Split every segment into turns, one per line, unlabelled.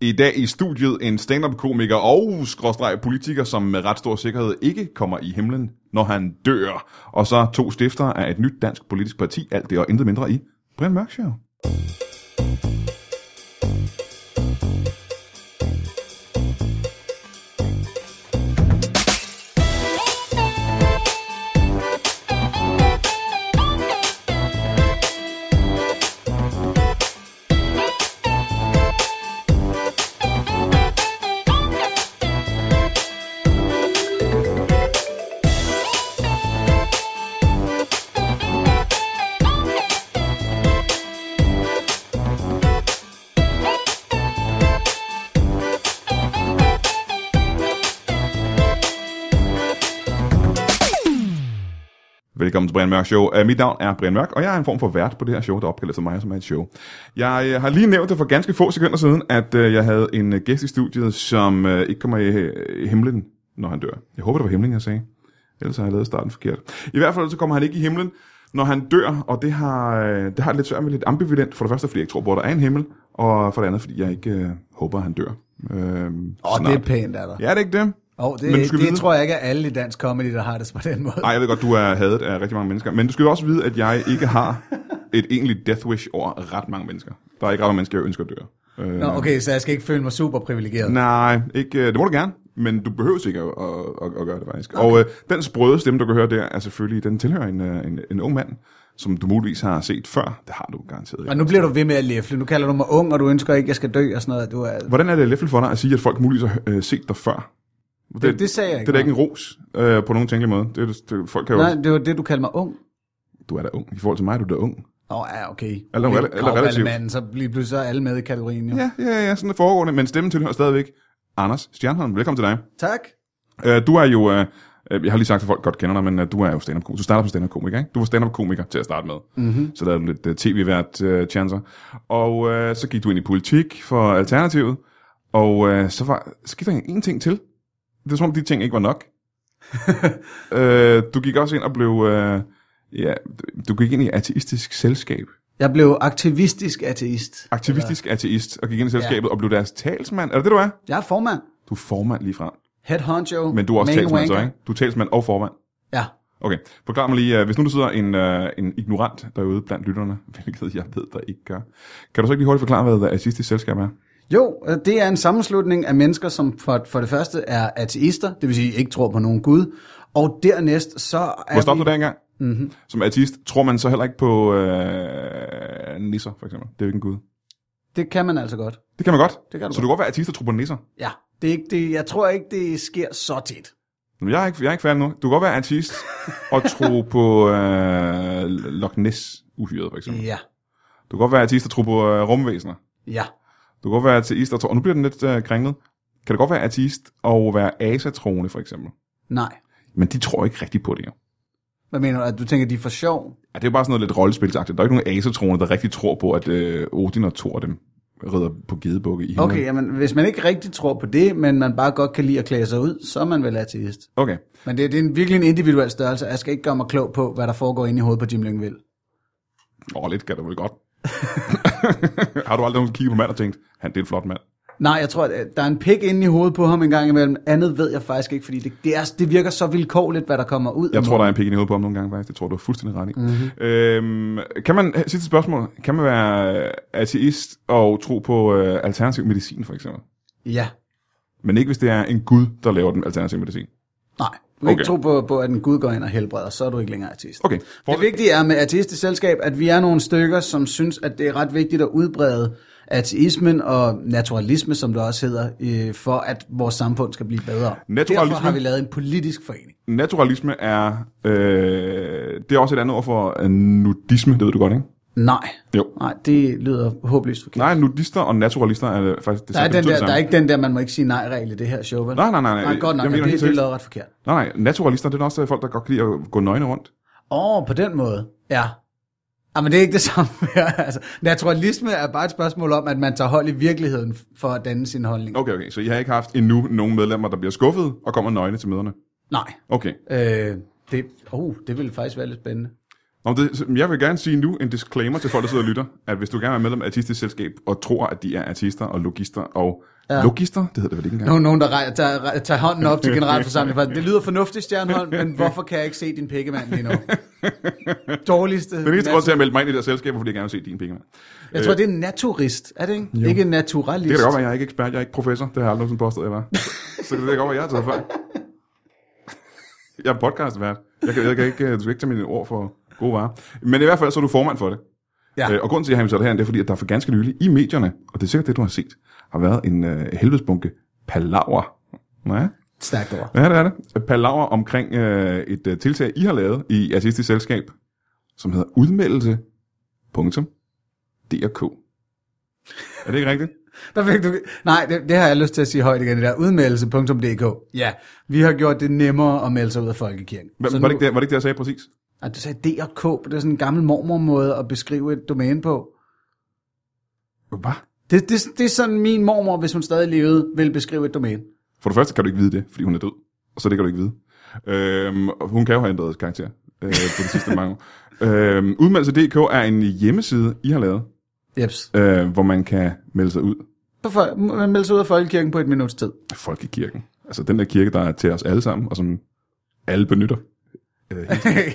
I dag i studiet en stand-up-komiker og skråstreg politiker, som med ret stor sikkerhed ikke kommer i himlen, når han dør. Og så to stifter af et nyt dansk politisk parti, alt det og intet mindre i Brian Mørk Show. Velkommen til Brian Mørk Show. Uh, mit navn er Brian Mørk, og jeg er en form for vært på det her show, der opkaldes til mig, som er et show. Jeg øh, har lige nævnt det for ganske få sekunder siden, at øh, jeg havde en øh, gæst i studiet, som øh, ikke kommer i, øh, i himlen, når han dør. Jeg håber, det var himlen, jeg sagde. Ellers har jeg lavet starten forkert. I hvert fald så kommer han ikke i himlen, når han dør, og det har, øh, det har jeg lidt svært med lidt ambivalent. For det første, fordi jeg ikke tror på, at der er en himmel, og for det andet, fordi jeg ikke øh, håber, at han dør. Øh,
Åh, oh, det er pænt af dig.
Ja, er det ikke det?
Og
Men du
det,
skal vide-
det tror jeg ikke er alle i dansk comedy, der har det på den måde.
Nej, jeg ved godt, du er hadet af rigtig mange mennesker. Men du skal jo også vide, at jeg ikke har et egentligt death wish over ret mange mennesker. Der er ikke ret mange mennesker, jeg ønsker at dø. Øh,
Nå, okay, så jeg skal ikke føle mig super privilegeret.
Nej, ikke, øh, det må du gerne, men du behøver ikke at, at, at, at gøre det faktisk. Okay. Og øh, den sprøde stemme, du kan høre der, er selvfølgelig, den tilhører en, øh, en, en ung mand, som du muligvis har set før. Det har du garanteret.
Og nu bliver du ved med at læfle. Nu kalder du mig ung, og du ønsker ikke, at jeg skal dø og sådan noget. Du er...
Hvordan er det leffel for dig at sige, at folk muligvis har øh, set dig før? Det,
det sagde jeg ikke,
Det er da ikke
nej.
en ros øh, på nogen tænkelig måde. Det, det, det, folk kan jo,
Nej, det var det, du kaldte mig ung.
Du er da ung. I forhold til mig, er du da ung.
Åh, oh, ja, okay.
Eller-
Okay,
eller- eller relativt.
Manden, så bliver pludselig så er alle med i kategorien, jo.
Ja, ja, ja, sådan er foregående, men stemmen tilhører stadigvæk Anders Stjernholm. Velkommen til dig.
Tak.
Øh, Du er jo, øh, øh, jeg har lige sagt, at folk godt kender dig, men øh, du er jo stand-up komiker. Du starter på stand-up komiker, ikke? Du var stand-up komiker til at starte med. Mm-hmm. Så der er du lidt tv-vært øh, chancer. Og øh, så gik du ind i politik for Alternativet, og øh, så var, skete der en ting til. Det var som om, de ting ikke var nok. øh, du gik også ind og blev, øh, ja, du gik ind i ateistisk selskab.
Jeg blev aktivistisk ateist.
Aktivistisk ateist, og gik ind i selskabet ja. og blev deres talsmand. Er det det, du er?
Jeg er formand.
Du er formand lige frem.
Head honcho.
Men du er også
main
talsmand så,
wanker.
ikke? Du er talsmand og formand.
Ja.
Okay, forklar mig lige, øh, hvis nu der sidder en, øh, en ignorant derude blandt lytterne, hvilket jeg ved, der ikke gør, kan du så ikke lige hurtigt forklare, hvad det assistisk selskab er?
Jo, øh, det er en sammenslutning af mennesker, som for, for det første er ateister, det vil sige ikke tror på nogen Gud, og dernæst så er
Hvor stopper
vi... Mhm.
du der engang? Mm-hmm. Som artist tror man så heller ikke på øh, nisser, for eksempel. Det er jo ikke en gud.
Det kan man altså godt.
Det kan man godt.
Det kan du
så du kan godt være artist og tro på nisser.
Ja, det er ikke det, jeg tror ikke, det sker så tit.
Men jeg er ikke, jeg er ikke færdig nu. Du kan godt være artist og tro på øh, Loch Ness uhyret, for eksempel.
Ja,
Du kan godt være artist og tro på øh, rumvæsener.
ja.
Du kan godt være ateist og tro... Og nu bliver den lidt øh, kringlet. Kan det godt være ateist og være asatroende, for eksempel?
Nej.
Men de tror ikke rigtigt på det, jo.
Hvad mener du? At du tænker, de er for sjov?
Ja, det er jo bare sådan noget lidt rollespilsagtigt. Der er ikke nogen asatroende, der rigtig tror på, at øh, Odin og Thor dem rider på gedebukke i himlen.
Okay, jamen, hvis man ikke rigtig tror på det, men man bare godt kan lide at klæde sig ud, så er man vel ateist.
okay.
Men det, det er en, virkelig en individuel størrelse, og jeg skal ikke gøre mig klog på, hvad der foregår inde i hovedet på Jim Lyngvild.
Åh, lidt kan det vel godt. Har du aldrig nogen kigget på mand og tænkt, han det er en flot mand?
Nej, jeg tror, at der er en pik inde i hovedet på ham en gang imellem. Andet ved jeg faktisk ikke, fordi det, det, er, det virker så vilkårligt, hvad der kommer ud.
Jeg tror, der er en pik i hovedet på ham nogle gange, faktisk. Det tror du er fuldstændig ret i. Mm-hmm. Øhm, kan man, sidste spørgsmål, kan man være øh, ateist og tro på øh, alternativ medicin, for eksempel?
Ja.
Men ikke hvis det er en gud, der laver den alternative medicin.
Nej. Du kan okay.
Okay.
ikke tro på, på, at en gud går ind og helbreder, så er du ikke længere ateist.
Okay,
Det vigtige er med ateistisk selskab, at vi er nogle stykker, som synes, at det er ret vigtigt at udbrede ateismen og naturalisme, som det også hedder, øh, for at vores samfund skal blive bedre. Derfor
Naturalisme?
har vi lavet en politisk forening.
Naturalisme er, øh, det er også et andet ord for øh, nudisme, det ved du godt, ikke?
Nej.
Jo.
Nej, det lyder håbløst forkert.
Nej, nudister og naturalister er øh, faktisk det
Der er,
det
den
betyder
der,
det samme.
der er ikke den der, man må ikke sige nej-regel i det her show, vel?
Nej, nej, nej, nej.
Nej, godt nok,
Jeg
det,
mener
det,
helt
det er
seriøst.
lavet ret forkert.
Nej, nej, naturalister, det er også øh, folk, der godt kan lide at gå nøgne rundt.
Åh, oh, på den måde, ja. Ah, men det er ikke det samme. altså, naturalisme er bare et spørgsmål om, at man tager hold i virkeligheden for at danne sin holdning.
Okay, okay, så I har ikke haft endnu nogen medlemmer, der bliver skuffet og kommer nøgne til møderne.
Nej.
Okay,
uh, Øh, det, oh, det ville faktisk være lidt spændende.
Nå, men det, så jeg vil gerne sige nu en disclaimer til folk, der sidder og lytter, at hvis du gerne vil være medlem af et artistisk selskab og tror, at de er artister og logister og... Ja. Logister? Det hedder det vel ikke engang?
Nogen, nogen der rej- tager, tager hånden op til generalforsamlingen. Det lyder fornuftigt, Stjernholm, men hvorfor kan jeg ikke se din pikkemand lige nu? Dårligste.
Den eneste grund til at melde mig ind i det her selskab, er, fordi jeg gerne vil se din penge.
Jeg tror, det er en naturist, er det ikke? Jo. Ikke en naturalist.
Det kan da godt være, jeg er ikke ekspert, jeg er ikke professor. Det har jeg aldrig nogensinde påstået, jeg var. Så det kan da godt være, jeg har taget fejl. Jeg er podcastvært. Jeg kan, jeg kan ikke, øh, du skal ikke tage mine ord for gode varer. Men i hvert fald, så er du formand for det.
Ja.
Øh, Og grunden til, at jeg har inviteret dig herind, det er fordi, at der for ganske nylig i medierne, og det er sikkert det, du har set, har været en øh, helvedesbunke palaver. Nå ja.
Stærkt over.
Ja, det er det. Palaver omkring øh, et øh, tiltag, I har lavet i Artistisk Selskab, som hedder udmeldelse. Punktum. DRK. Er det ikke rigtigt?
Der fik du... Nej, det, det, har jeg lyst til at sige højt igen, det der udmeldelse.dk. Ja, vi har gjort det nemmere at melde sig ud af Folkekirken.
Hva, var,
Så
det
nu-
ikke det, var det ikke det, jeg sagde præcis?
Ej, du sagde D og K, det er sådan en gammel mormormåde at beskrive et domæne på.
Hvad?
Det, det, det er sådan min mormor, hvis hun stadig levede, vil beskrive et domæne.
For det første kan du ikke vide det, fordi hun er død. Og så det kan du ikke vide. Øhm, og hun kan jo have ændret karakter øh, på de sidste mange år. Øhm, Udmeldelse.dk er en hjemmeside, I har lavet,
Jeps.
øh, hvor man kan melde sig ud
På fol- man melder sig ud af Folkekirken på et minuts tid.
af folkekirken. Altså den der kirke, der er til os alle sammen, og som alle benytter.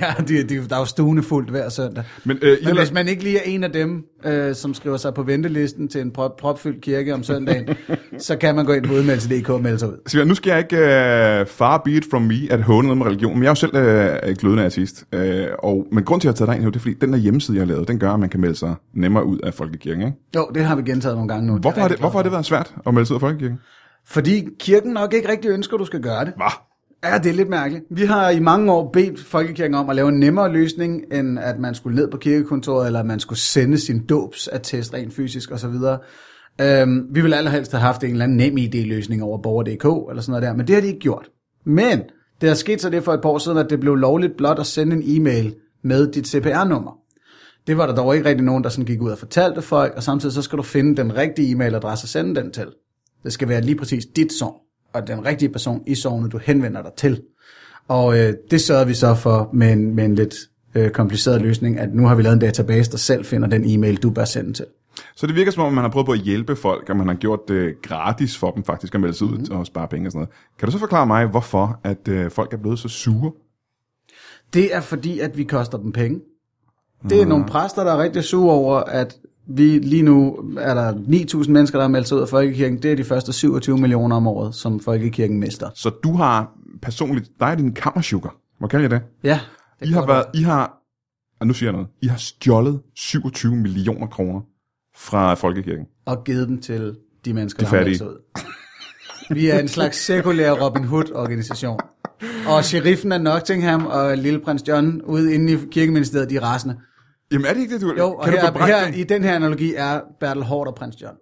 ja, de, de, der er jo stuende fuldt hver søndag.
Men, øh, I har
Men
lavet-
hvis man ikke lige er en af dem, øh, som skriver sig på ventelisten til en prop, propfyldt kirke om søndagen, så kan man gå ind på udmeldelse.dk og melde sig ud.
Så nu skal jeg ikke øh, far be it from me at håne noget med religion, men jeg er jo selv øh, glødende artist. Øh, og, men grund til, at jeg har taget dig ind her, det er fordi, den der hjemmeside, jeg har lavet, den gør, at man kan melde sig nemmere ud af folkekirken. Ikke?
Jo, det har vi gentaget nogle gange nu.
Hvorfor,
er
har
rigtig
det, hvorfor har det været svært at melde sig ud af folkekirken?
klart. Fordi kirken nok ikke rigtig ønsker, at du skal gøre det.
Hva?
Ja, det er lidt mærkeligt. Vi har i mange år bedt Folkekirken om at lave en nemmere løsning, end at man skulle ned på kirkekontoret, eller at man skulle sende sin dåbsattest rent fysisk osv. Øhm, vi ville allerhelst have haft en eller anden nem ID-løsning over borger.dk eller sådan noget der, men det har de ikke gjort. Men det er sket så det for et par år siden, at det blev lovligt blot at sende en e-mail med dit CPR-nummer. Det var der dog ikke rigtig nogen, der sådan gik ud og fortalte folk, og samtidig så skal du finde den rigtige e-mailadresse og sende den til. Det skal være lige præcis dit sogn, og den rigtige person i sognet, du henvender dig til. Og øh, det sørgede vi så for med en, med en lidt øh, kompliceret løsning, at nu har vi lavet en database, der selv finder den e-mail, du bør sende til.
Så det virker som om, man har prøvet på at hjælpe folk, og man har gjort det gratis for dem faktisk at melde sig ud mm-hmm. og spare penge og sådan noget. Kan du så forklare mig, hvorfor at øh, folk er blevet så sure?
Det er fordi, at vi koster dem penge. Det er nogle præster, der er rigtig sure over, at vi lige nu er der 9.000 mennesker, der har meldt sig ud af Folkekirken. Det er de første 27 millioner om året, som Folkekirken mister.
Så du har personligt, dig er din kammersugar. Hvor kan jeg det?
Ja,
I har været, I har, og nu siger jeg noget, I har stjålet 27 millioner kroner fra Folkekirken.
og givet dem til de mennesker,
De
der har meldt
fattige.
sig ud. Vi er en slags sekulær Robin Hood-organisation. Og sheriffen af Nottingham og lilleprins John ude inde i kirkeministeriet, de er rasende.
Jamen er det ikke det, du...
Jo, og
kan, du
her,
bebrejde
her,
dem,
i den her analogi er Bertel Hård og prins John.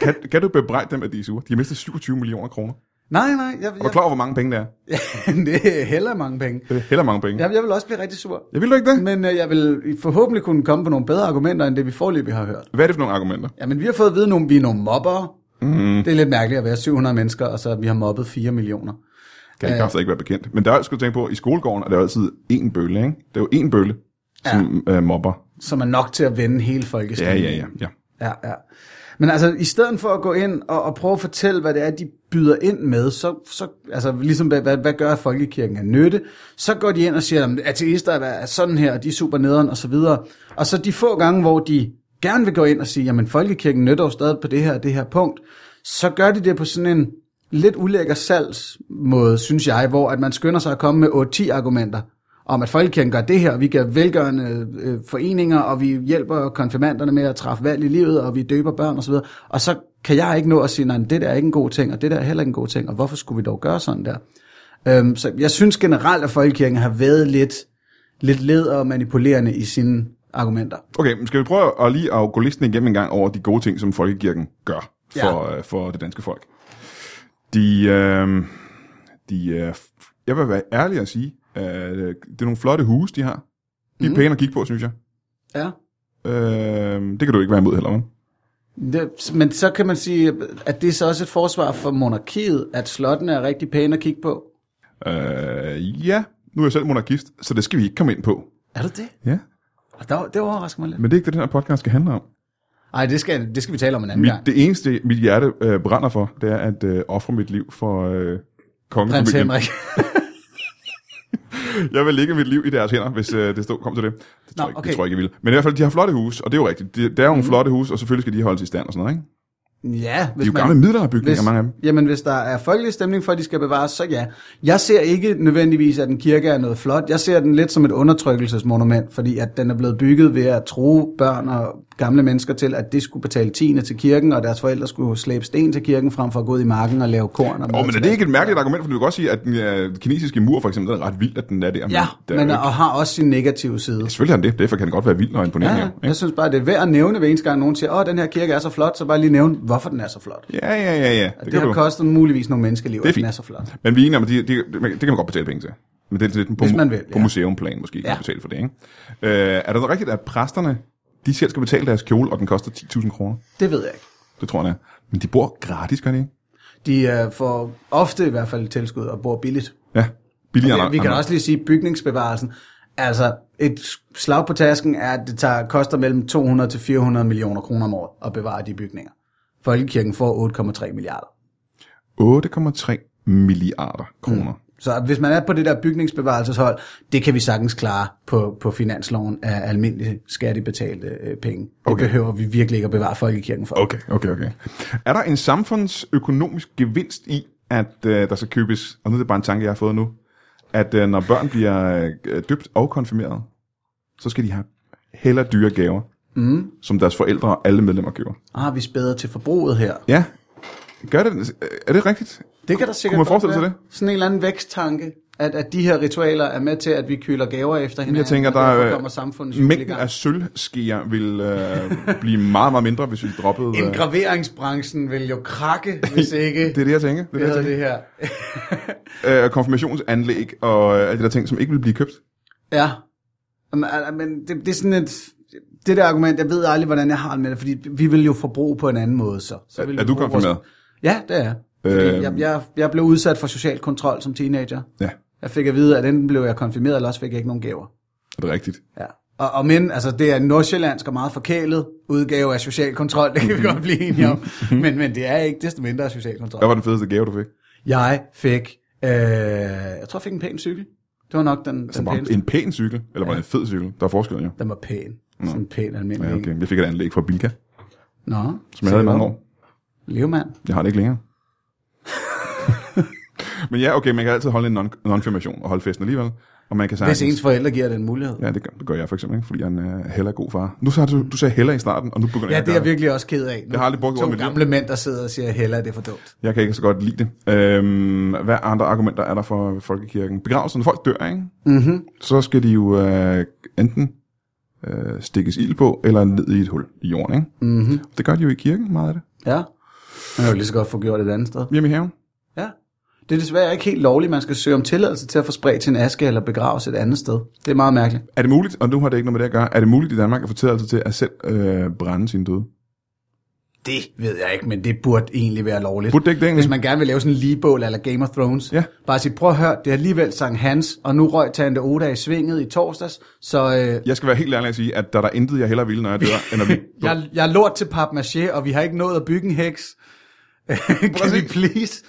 kan, kan du bebrejde dem, at de er sure? De har mistet 27 millioner kroner.
Nej, nej, jeg,
Er du
jeg,
klar over, hvor mange penge det er?
det er heller mange penge.
Det er heller mange penge. Ja.
Jeg, jeg vil også blive rigtig sur.
Jeg vil du ikke det?
Men øh, jeg vil forhåbentlig kunne komme på nogle bedre argumenter, end det vi forløbig har hørt.
Hvad er det for nogle argumenter?
Jamen, vi har fået at vide, at vi er nogle mobber.
Mhm.
Mm. Det er lidt mærkeligt at være 700 mennesker, og så at vi har mobbet 4 millioner.
Kan jeg ja. ikke være bekendt. Men der er jo, skal du tænke på, i skolegården er der jo altid én bølle, ikke? Der er jo én bølle, som øh, mobber.
som er nok til at vende hele
Ja,
folkeskolen.
ja, ja. ja.
ja, ja. Men altså, i stedet for at gå ind og, og prøve at fortælle, hvad det er, de byder ind med, så, så altså, ligesom, hvad, hvad, hvad gør at folkekirken af nytte, så går de ind og siger, at ateister er- er sådan her, og de er super nederen, og så videre. Og så de få gange, hvor de gerne vil gå ind og sige, jamen, folkekirken nytter jo stadig på det her og det her punkt, så gør de det på sådan en lidt ulækker salgsmåde, synes jeg, hvor at man skynder sig at komme med 8-10 argumenter om at folkekirken gør det her, og vi gør velgørende øh, foreninger, og vi hjælper konfirmanderne med at træffe valg i livet, og vi døber børn osv. Og så kan jeg ikke nå at sige, nej, men det der er ikke en god ting, og det der er heller ikke en god ting, og hvorfor skulle vi dog gøre sådan der? Øhm, så jeg synes generelt, at folkekirken har været lidt, lidt led og manipulerende i sine argumenter.
Okay, men skal vi prøve at lige at gå listen igennem en gang over de gode ting, som Folkekirken gør for, ja. øh, for det danske folk? De, øh, de øh, f- jeg vil være ærlig at sige, øh, det er nogle flotte huse, de har. De er mm. pæne at kigge på, synes jeg.
Ja.
Øh, det kan du ikke være imod heller, vel?
Det, men så kan man sige, at det er så også et forsvar for monarkiet, at slottene er rigtig pæne at kigge på.
Øh, ja, nu er jeg selv monarkist, så det skal vi ikke komme ind på.
Er du det?
Ja,
Og der, det overrasker mig lidt.
men det er ikke det, den her podcast skal handle om.
Nej, det skal, det skal vi tale om en anden
Mit,
gang.
det eneste, mit hjerte øh, brænder for, det er at øh, ofre mit liv for øh,
Prins
kongefamilien.
Henrik.
Jeg vil lægge mit liv i deres hænder, hvis øh, det stod, kom til det. Det tror, jeg
Nå,
ikke,
okay. Mhm.
det tror jeg ikke, jeg vil. Men i hvert fald, de har flotte huse, og det er jo rigtigt. De, der er jo nogle flotte huse, og selvfølgelig skal de holdes i stand og sådan noget, ikke?
Ja,
De
hvis
er jo
man...
gamle middelalderbygninger, mange af dem.
Jamen, hvis der er folkelig stemning for, at de skal bevares, så ja. Jeg ser ikke nødvendigvis, at en kirke er noget flot. Jeg ser den lidt som et undertrykkelsesmonument, fordi at den er blevet bygget ved at tro børn og gamle mennesker til, at de skulle betale tiende til kirken, og deres forældre skulle slæbe sten til kirken, frem for at gå ud i marken og lave korn. Og
Åh,
mad
oh, men er
til
det
deres-
ikke et mærkeligt argument, for du kan godt sige, at den øh, kinesiske mur for eksempel, den er ret vild, at den er der. men
Ja,
der er
men, øh,
jo ikke...
og har også sin negative side.
Selvfølgelig har den det, derfor kan den godt være vild og
Ja,
imponerende.
ja,
jo, ikke?
jeg synes bare, det er værd at nævne hver eneste gang, nogen siger, åh, den her kirke er så flot, så bare lige nævne, hvorfor den er så flot.
Ja, ja, ja, ja.
Det,
Det,
det
kan
har
du.
kostet muligvis nogle menneskeliv,
er
at den
fint.
er så flot.
Men vi er enige om, at de, de, de, det kan man godt betale penge til. Men det er lidt på,
Hvis man
mu-
vil,
på
ja.
museumplan måske, kan
Ja.
man betale for det, ikke? Øh, er det rigtigt, at præsterne, de selv skal betale deres kjole, og den koster 10.000 kroner?
Det ved jeg ikke.
Det tror jeg, den er. Men de bor gratis, gør de ikke?
De øh, får ofte i hvert fald tilskud og bor billigt.
Ja, billigere
Ja,
end
vi kan
andre.
også lige sige bygningsbevarelsen. Altså, et slag på tasken er, at det tager, koster mellem 200 til 400 millioner kroner om året at bevare de bygninger. Folkekirken får 8,3 milliarder.
8,3 milliarder kroner. Mm.
Så hvis man er på det der bygningsbevarelseshold, det kan vi sagtens klare på, på finansloven af almindelige skattebetalte øh, penge. Okay. Det behøver vi virkelig ikke at bevare folkekirken for.
Okay, okay, okay. Er der en samfundsøkonomisk gevinst i, at øh, der skal købes, og nu er det bare en tanke, jeg har fået nu, at øh, når børn bliver øh, døbt og konfirmeret, så skal de have heller dyre gaver, mm. som deres forældre og alle medlemmer giver.
Ah, vi spæder til forbruget her.
Ja, gør det, øh, er det rigtigt?
Det kan der sikkert
Kunne man
godt
forestille sig
være. Sådan en eller anden væksttanke, at, at de her ritualer er med til, at vi kyler gaver efter hinanden.
Jeg tænker,
og
der
derfor
er
kommer samfundet cykel i
mængden
gang.
af sølvskeer vil øh, blive meget, meget mindre, hvis vi droppede... Øh, det
Engraveringsbranchen vil jo krakke, hvis ikke
er det, jeg tænker. Det er det, jeg
hedder
tænker.
det her.
øh, konfirmationsanlæg og øh, alle de der ting, som ikke vil blive købt.
Ja, Jamen, al- men det, det er sådan et... Det der argument, jeg ved aldrig, hvordan jeg har det med det, fordi vi vil jo forbruge på en anden måde så. så vil
Er- er
vi
du
bruge vores-
konfirmeret?
Ja, det er jeg. Fordi
Øhm.
jeg, jeg. Jeg blev udsat for social kontrol som teenager.
Ja,
Jeg fik at vide, at enten blev jeg konfirmeret, eller også fik jeg ikke nogen gaver.
er det rigtigt?
Ja. Og, og men, altså det er en nordsjællandsk og meget forkælet udgave af social kontrol, det kan vi godt blive enige om. Men, men det er ikke desto mindre social
Hvad
kontrol.
var den fedeste gave, du fik?
Jeg fik, øh, jeg tror jeg fik en pæn cykel. Det var nok den, den
Var det
pæneste.
en pæn cykel, eller var det en fed cykel? Der er forskel, jo.
Den var pæn. Sådan en pæn almindelig.
Ja,
en.
okay. Jeg fik et anlæg fra Bilka,
Nå,
som jeg havde i mange år.
Levemand.
Jeg har det ikke længere. men ja, okay, man kan altid holde en non- non-firmation og holde festen alligevel. Og man kan
Hvis
sagtens...
ens forældre giver den mulighed.
Ja, det gør, det gør jeg for eksempel, ikke? fordi jeg er en uh, heller god far. Nu sagde du, du sagde heller i starten, og nu begynder
Ja,
jeg at
det er
gøre
jeg virkelig også ked af. Nu,
Jeg har aldrig brugt ordet i
to
mit liv.
gamle mænd, der sidder og siger, heller det er for dumt.
Jeg kan ikke så godt lide det. Øhm, hvad andre argumenter er der for folkekirken? Begravelsen, når folk dør, ikke?
Mm-hmm.
så skal de jo øh, enten øh, stikkes ild på, eller ned i et hul i jorden. Ikke?
Mm-hmm.
Det gør de jo i kirken, meget af det.
Ja. Man kan jo lige så godt få gjort et andet sted.
Hjemme i haven.
Ja. Det er desværre ikke helt lovligt, man skal søge om tilladelse til at få spredt sin aske eller begraves et andet sted. Det er meget mærkeligt.
Er det muligt, og nu har det ikke noget med det at gøre, er det muligt i Danmark at få tilladelse til at selv øh, brænde sine døde?
Det ved jeg ikke, men det burde egentlig være lovligt.
Burde det ikke det egentlig?
Hvis man gerne vil lave sådan en ligebål eller Game of Thrones,
Ja.
bare sige, prøv at høre, det er alligevel Sankt Hans, og nu røg Tante Oda i svinget i torsdags, så øh,
Jeg skal være helt ærlig at sige, at der er der intet, jeg hellere ville, når jeg dør, end at blive...
jeg, jeg er lort til papmaché, og vi har ikke nået at bygge en heks. kan vi
Præcis.
please?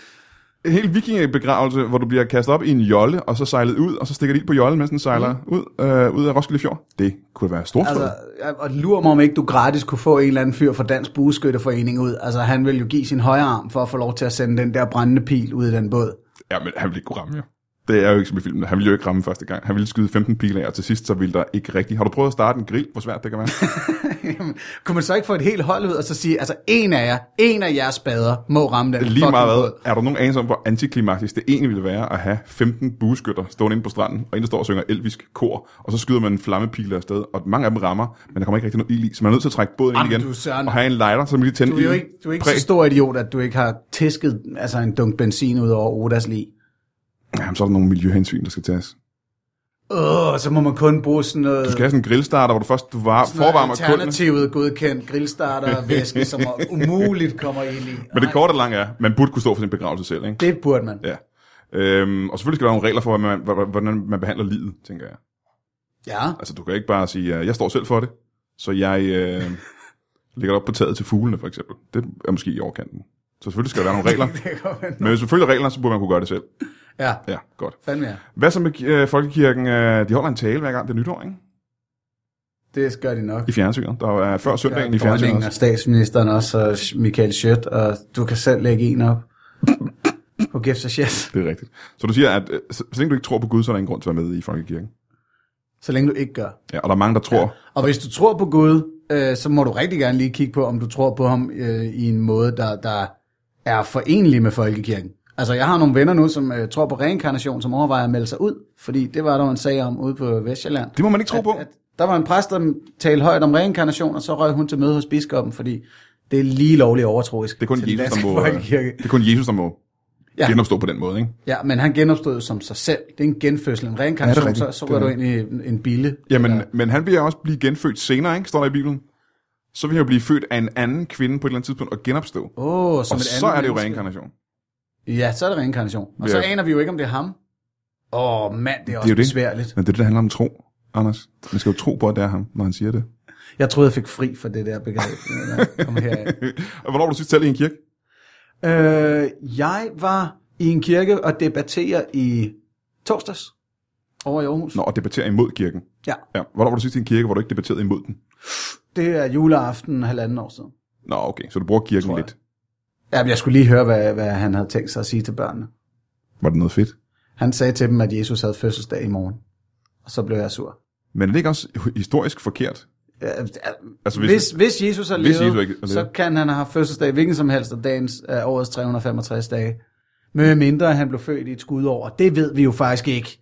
En hel vikingebegravelse, hvor du bliver kastet op i en jolle, og så sejlet ud, og så stikker de ild på jollen, mens den sejler mm. ud, øh, ud af Roskilde Fjord. Det kunne være stort.
Mhm. Altså,
Altså,
jeg- og lurer mig, om ikke du gratis kunne få en eller anden fyr fra Dansk Bueskytterforening ud. Altså, han vil jo give sin højre arm for at få lov til at sende den der brændende pil ud i den båd.
ja, men han ville ikke kunne ramme, jo. Det er jo ikke som i filmen. Han ville jo ikke ramme første gang. Han ville skyde 15 pile af, og til sidst så ville der ikke rigtigt. Har du prøvet at starte en grill? Hvor svært det kan være?
Jamen, kunne man så ikke få et helt hold ud og så sige, altså, en af jer, en af jeres spader må ramme den
Lige
fucking
meget hvad,
båd.
er der nogen anelse om, hvor antiklimaktisk det egentlig ville være at have 15 bueskytter stående inde på stranden, og en, der står og synger elvisk kor, og så skyder man en flammepil afsted, og mange af dem rammer, men der kommer ikke rigtig noget ild i, så man er nødt til at trække båden ind
Jamen,
igen,
du er Søren.
og have en lighter, som lige tænder
Du er jo ikke, du er ikke så stor idiot, at du ikke har tæsket altså, en dunk benzin ud over Odas lig.
Jamen, så er der nogle miljøhensyn, der skal tages.
Åh, så må man kun bruge sådan noget...
Du skal have sådan en grillstarter, hvor du først du var,
sådan noget
forvarmer kunden.
alternativet godkendt grillstarter og væske, som umuligt kommer ind i.
Men det
Nej,
korte og lange er, man burde kunne stå for sin begravelse selv, ikke?
det burde man.
Ja. Øhm, og selvfølgelig skal der være nogle regler for, hvordan man, hvordan man behandler livet, tænker jeg.
Ja.
Altså, du kan ikke bare sige, øh, jeg står selv for det, så jeg øh, ligger op på taget til fuglene, for eksempel. Det er måske i overkanten. Så selvfølgelig skal der være nogle regler.
Det kan godt være.
Men hvis du følger reglerne, så burde man kunne gøre det selv.
Ja,
Ja, godt.
fandme ja.
Hvad så med øh, Folkekirken? Øh, de holder en tale hver gang, det er nytår, ikke?
Det gør de nok.
I fjernsynet. Der er før søndagen i fjernsynet
Dronningen og
også.
statsministeren også, og Michael Schødt, og du kan selv lægge en op på Gifts og Shit,
Det er rigtigt. Så du siger, at øh, så, så længe du ikke tror på Gud, så er der ingen grund til at være med i Folkekirken.
så længe du ikke gør.
Ja, og der er mange, der tror, ja.
Og hvis du tror på Gud, øh, så må du rigtig gerne lige kigge på, om du tror på ham øh, i en måde, der, der er forenelig med folkekirken. Altså, jeg har nogle venner nu, som øh, tror på reinkarnation, som overvejer at melde sig ud, fordi det var der jo en sag om ude på Vestjylland.
det må man ikke tro på.
At, der var en præst, der talte højt om reinkarnation, og så røg hun til møde hos biskoppen, fordi det er lige lovligt overtroisk.
Det er kun
til den
Jesus, der
danske
må, øh,
folkekirke.
det er kun Jesus, der må ja.
Ja.
genopstå på den måde, ikke?
Ja, men han genopstod som sig selv. Det er en genfødsel, en reinkarnation,
Ja,
ja,
det er
så,
rigtigt.
så
Det
går
er
du ind i en, en bille.
Jamen, ja.
Eller-
men han vil jo også blive genfødt senere, ikke? Står der i Bibelen. Så vil han jo blive født af en anden kvinde på et eller andet tidspunkt og genopstå.
Åh, oh, som
og
et
så
andet
er det jo
menneske.
reinkarnation.
Ja, så er det reinkarnation. Og så
Ja.
aner vi jo ikke, om det er ham. Åh, oh, mand, det er
jo
også
det.
det er besværligt.
Men det er det, der handler om tro, Anders. Man skal jo tro på, at det er ham, når han siger det.
Jeg troede, jeg fik fri for det der begreb. når jeg kom heraf.
og hvornår var du sidst selv i en kirke?
øh, jeg var i en kirke og debatterer i torsdags over i Aarhus.
Nå, og debattere imod kirken.
Ja,
Ja. Hvornår var du sidst i en kirke, hvor du ikke debatterede imod den?
det er juleaften halvanden år siden.
Nå, okay, så du bruger kirken
Tror jeg.
lidt.
Ja, men jeg skulle lige høre, hvad, hvad han havde tænkt sig at sige til børnene.
Var det noget fedt?
Han sagde til dem, at Jesus havde fødselsdag i morgen. Og så blev jeg sur.
Men er det ikke også historisk forkert?
Øh, øh,
Altså, hvis-
hvis, hvis, hvis Jesus har
Hvis
levet,
Jesus ikke har
så
levet.
kan han have fødselsdag hvilken som helst af dagens, af årets 365 dage. Med mindre han blev født i et skudår. og Det ved vi jo faktisk ikke.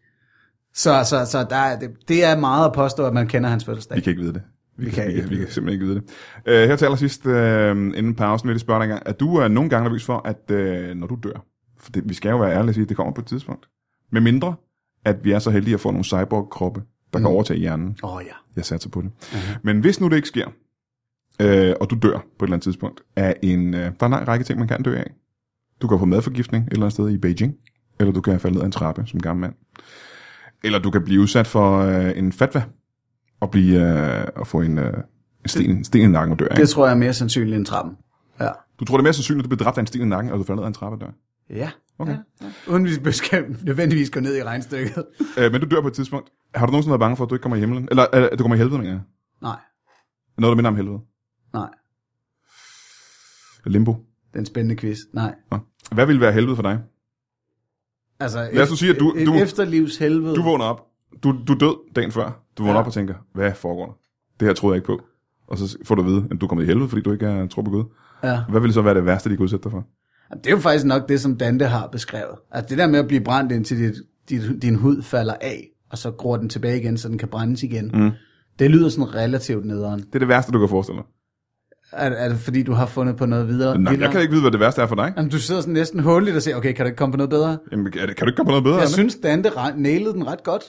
Så, så, så der er, det, det er meget at påstå, at man kender hans fødselsdag.
Vi kan ikke vide det. Vi, vi,
kan
kan, vi,
ikke
kan, vi kan simpelthen ikke vide det. Øh, her til allersidst, øh, inden pausen, vil jeg lige spørge dig engang. Er du øh, nogle gange nervøs for, at øh, når du dør, for det, vi skal jo være ærlige og sige, at det kommer på et tidspunkt, med mindre, at vi er så heldige at få nogle cyborg-kroppe, der mm. kan overtage hjernen.
Åh oh, ja.
Jeg satser på det. Men hvis nu det ikke sker, øh, og du dør på et eller andet tidspunkt, af en, øh, der er en lang række ting, man kan dø af. Du kan få madforgiftning et eller andet sted i Beijing, eller du kan falde ned ad en trappe som gammel mand. Eller du kan blive udsat for øh, en fatwa, og blive, øh, og få en, øh, en, sten, en sten i nakken og dør af.
Det tror jeg er mere sandsynligt end trappen. Ja.
Du tror det er mere sandsynligt, at du bliver dræbt af en sten i nakken, og du falder ned ad en trappe og dør.
Ja.
Okay.
Ja, ja. Uden vi skal nødvendigvis gå ned i regnstykket.
Øh, men du dør på et tidspunkt. Har du nogensinde været bange for, at du ikke kommer i himlen? Eller øh, at du kommer i helvede, mener jeg.
Nej,
Noget, der minder om helvede.
nej.
Limbo.
Det er en spændende quiz. Nej.
Nå. Hvad ville være helvede for dig?
Altså,
Lad os nu sige, at du-
et,
du-
et efterlivs helvede.
Du vågner op. Du, du er død dagen før. Du vågner ja.
Ja.
op og tænker, hvad foregår der? Det her troede jeg ikke på. Og så får du at vide, at du er kommet i helvede, fordi du ikke er, tror på Gud.
Ja.
Hvad ville så være det værste, de kunne udsætte dig for?
Jamen, Det er jo faktisk nok det, som Dante har beskrevet. Altså det der med at blive brændt, indtil dit, dit, din hud falder af, og så gror den tilbage igen, så den kan brændes igen. Mm. Det lyder sådan relativt nederen.
Det er det værste, du kan forestille dig.
Er, er det fordi, du har fundet på noget videre?
Nej, jeg
vildere?
kan ikke vide, hvad det værste er for dig.
Jamen, du sidder sådan næsten hulligt og siger, okay, kan du ikke komme på noget bedre?
Jamen, er det- kan du ikke komme på noget bedre?
Jeg
Anne?
synes, Dante re- nailede den ret godt.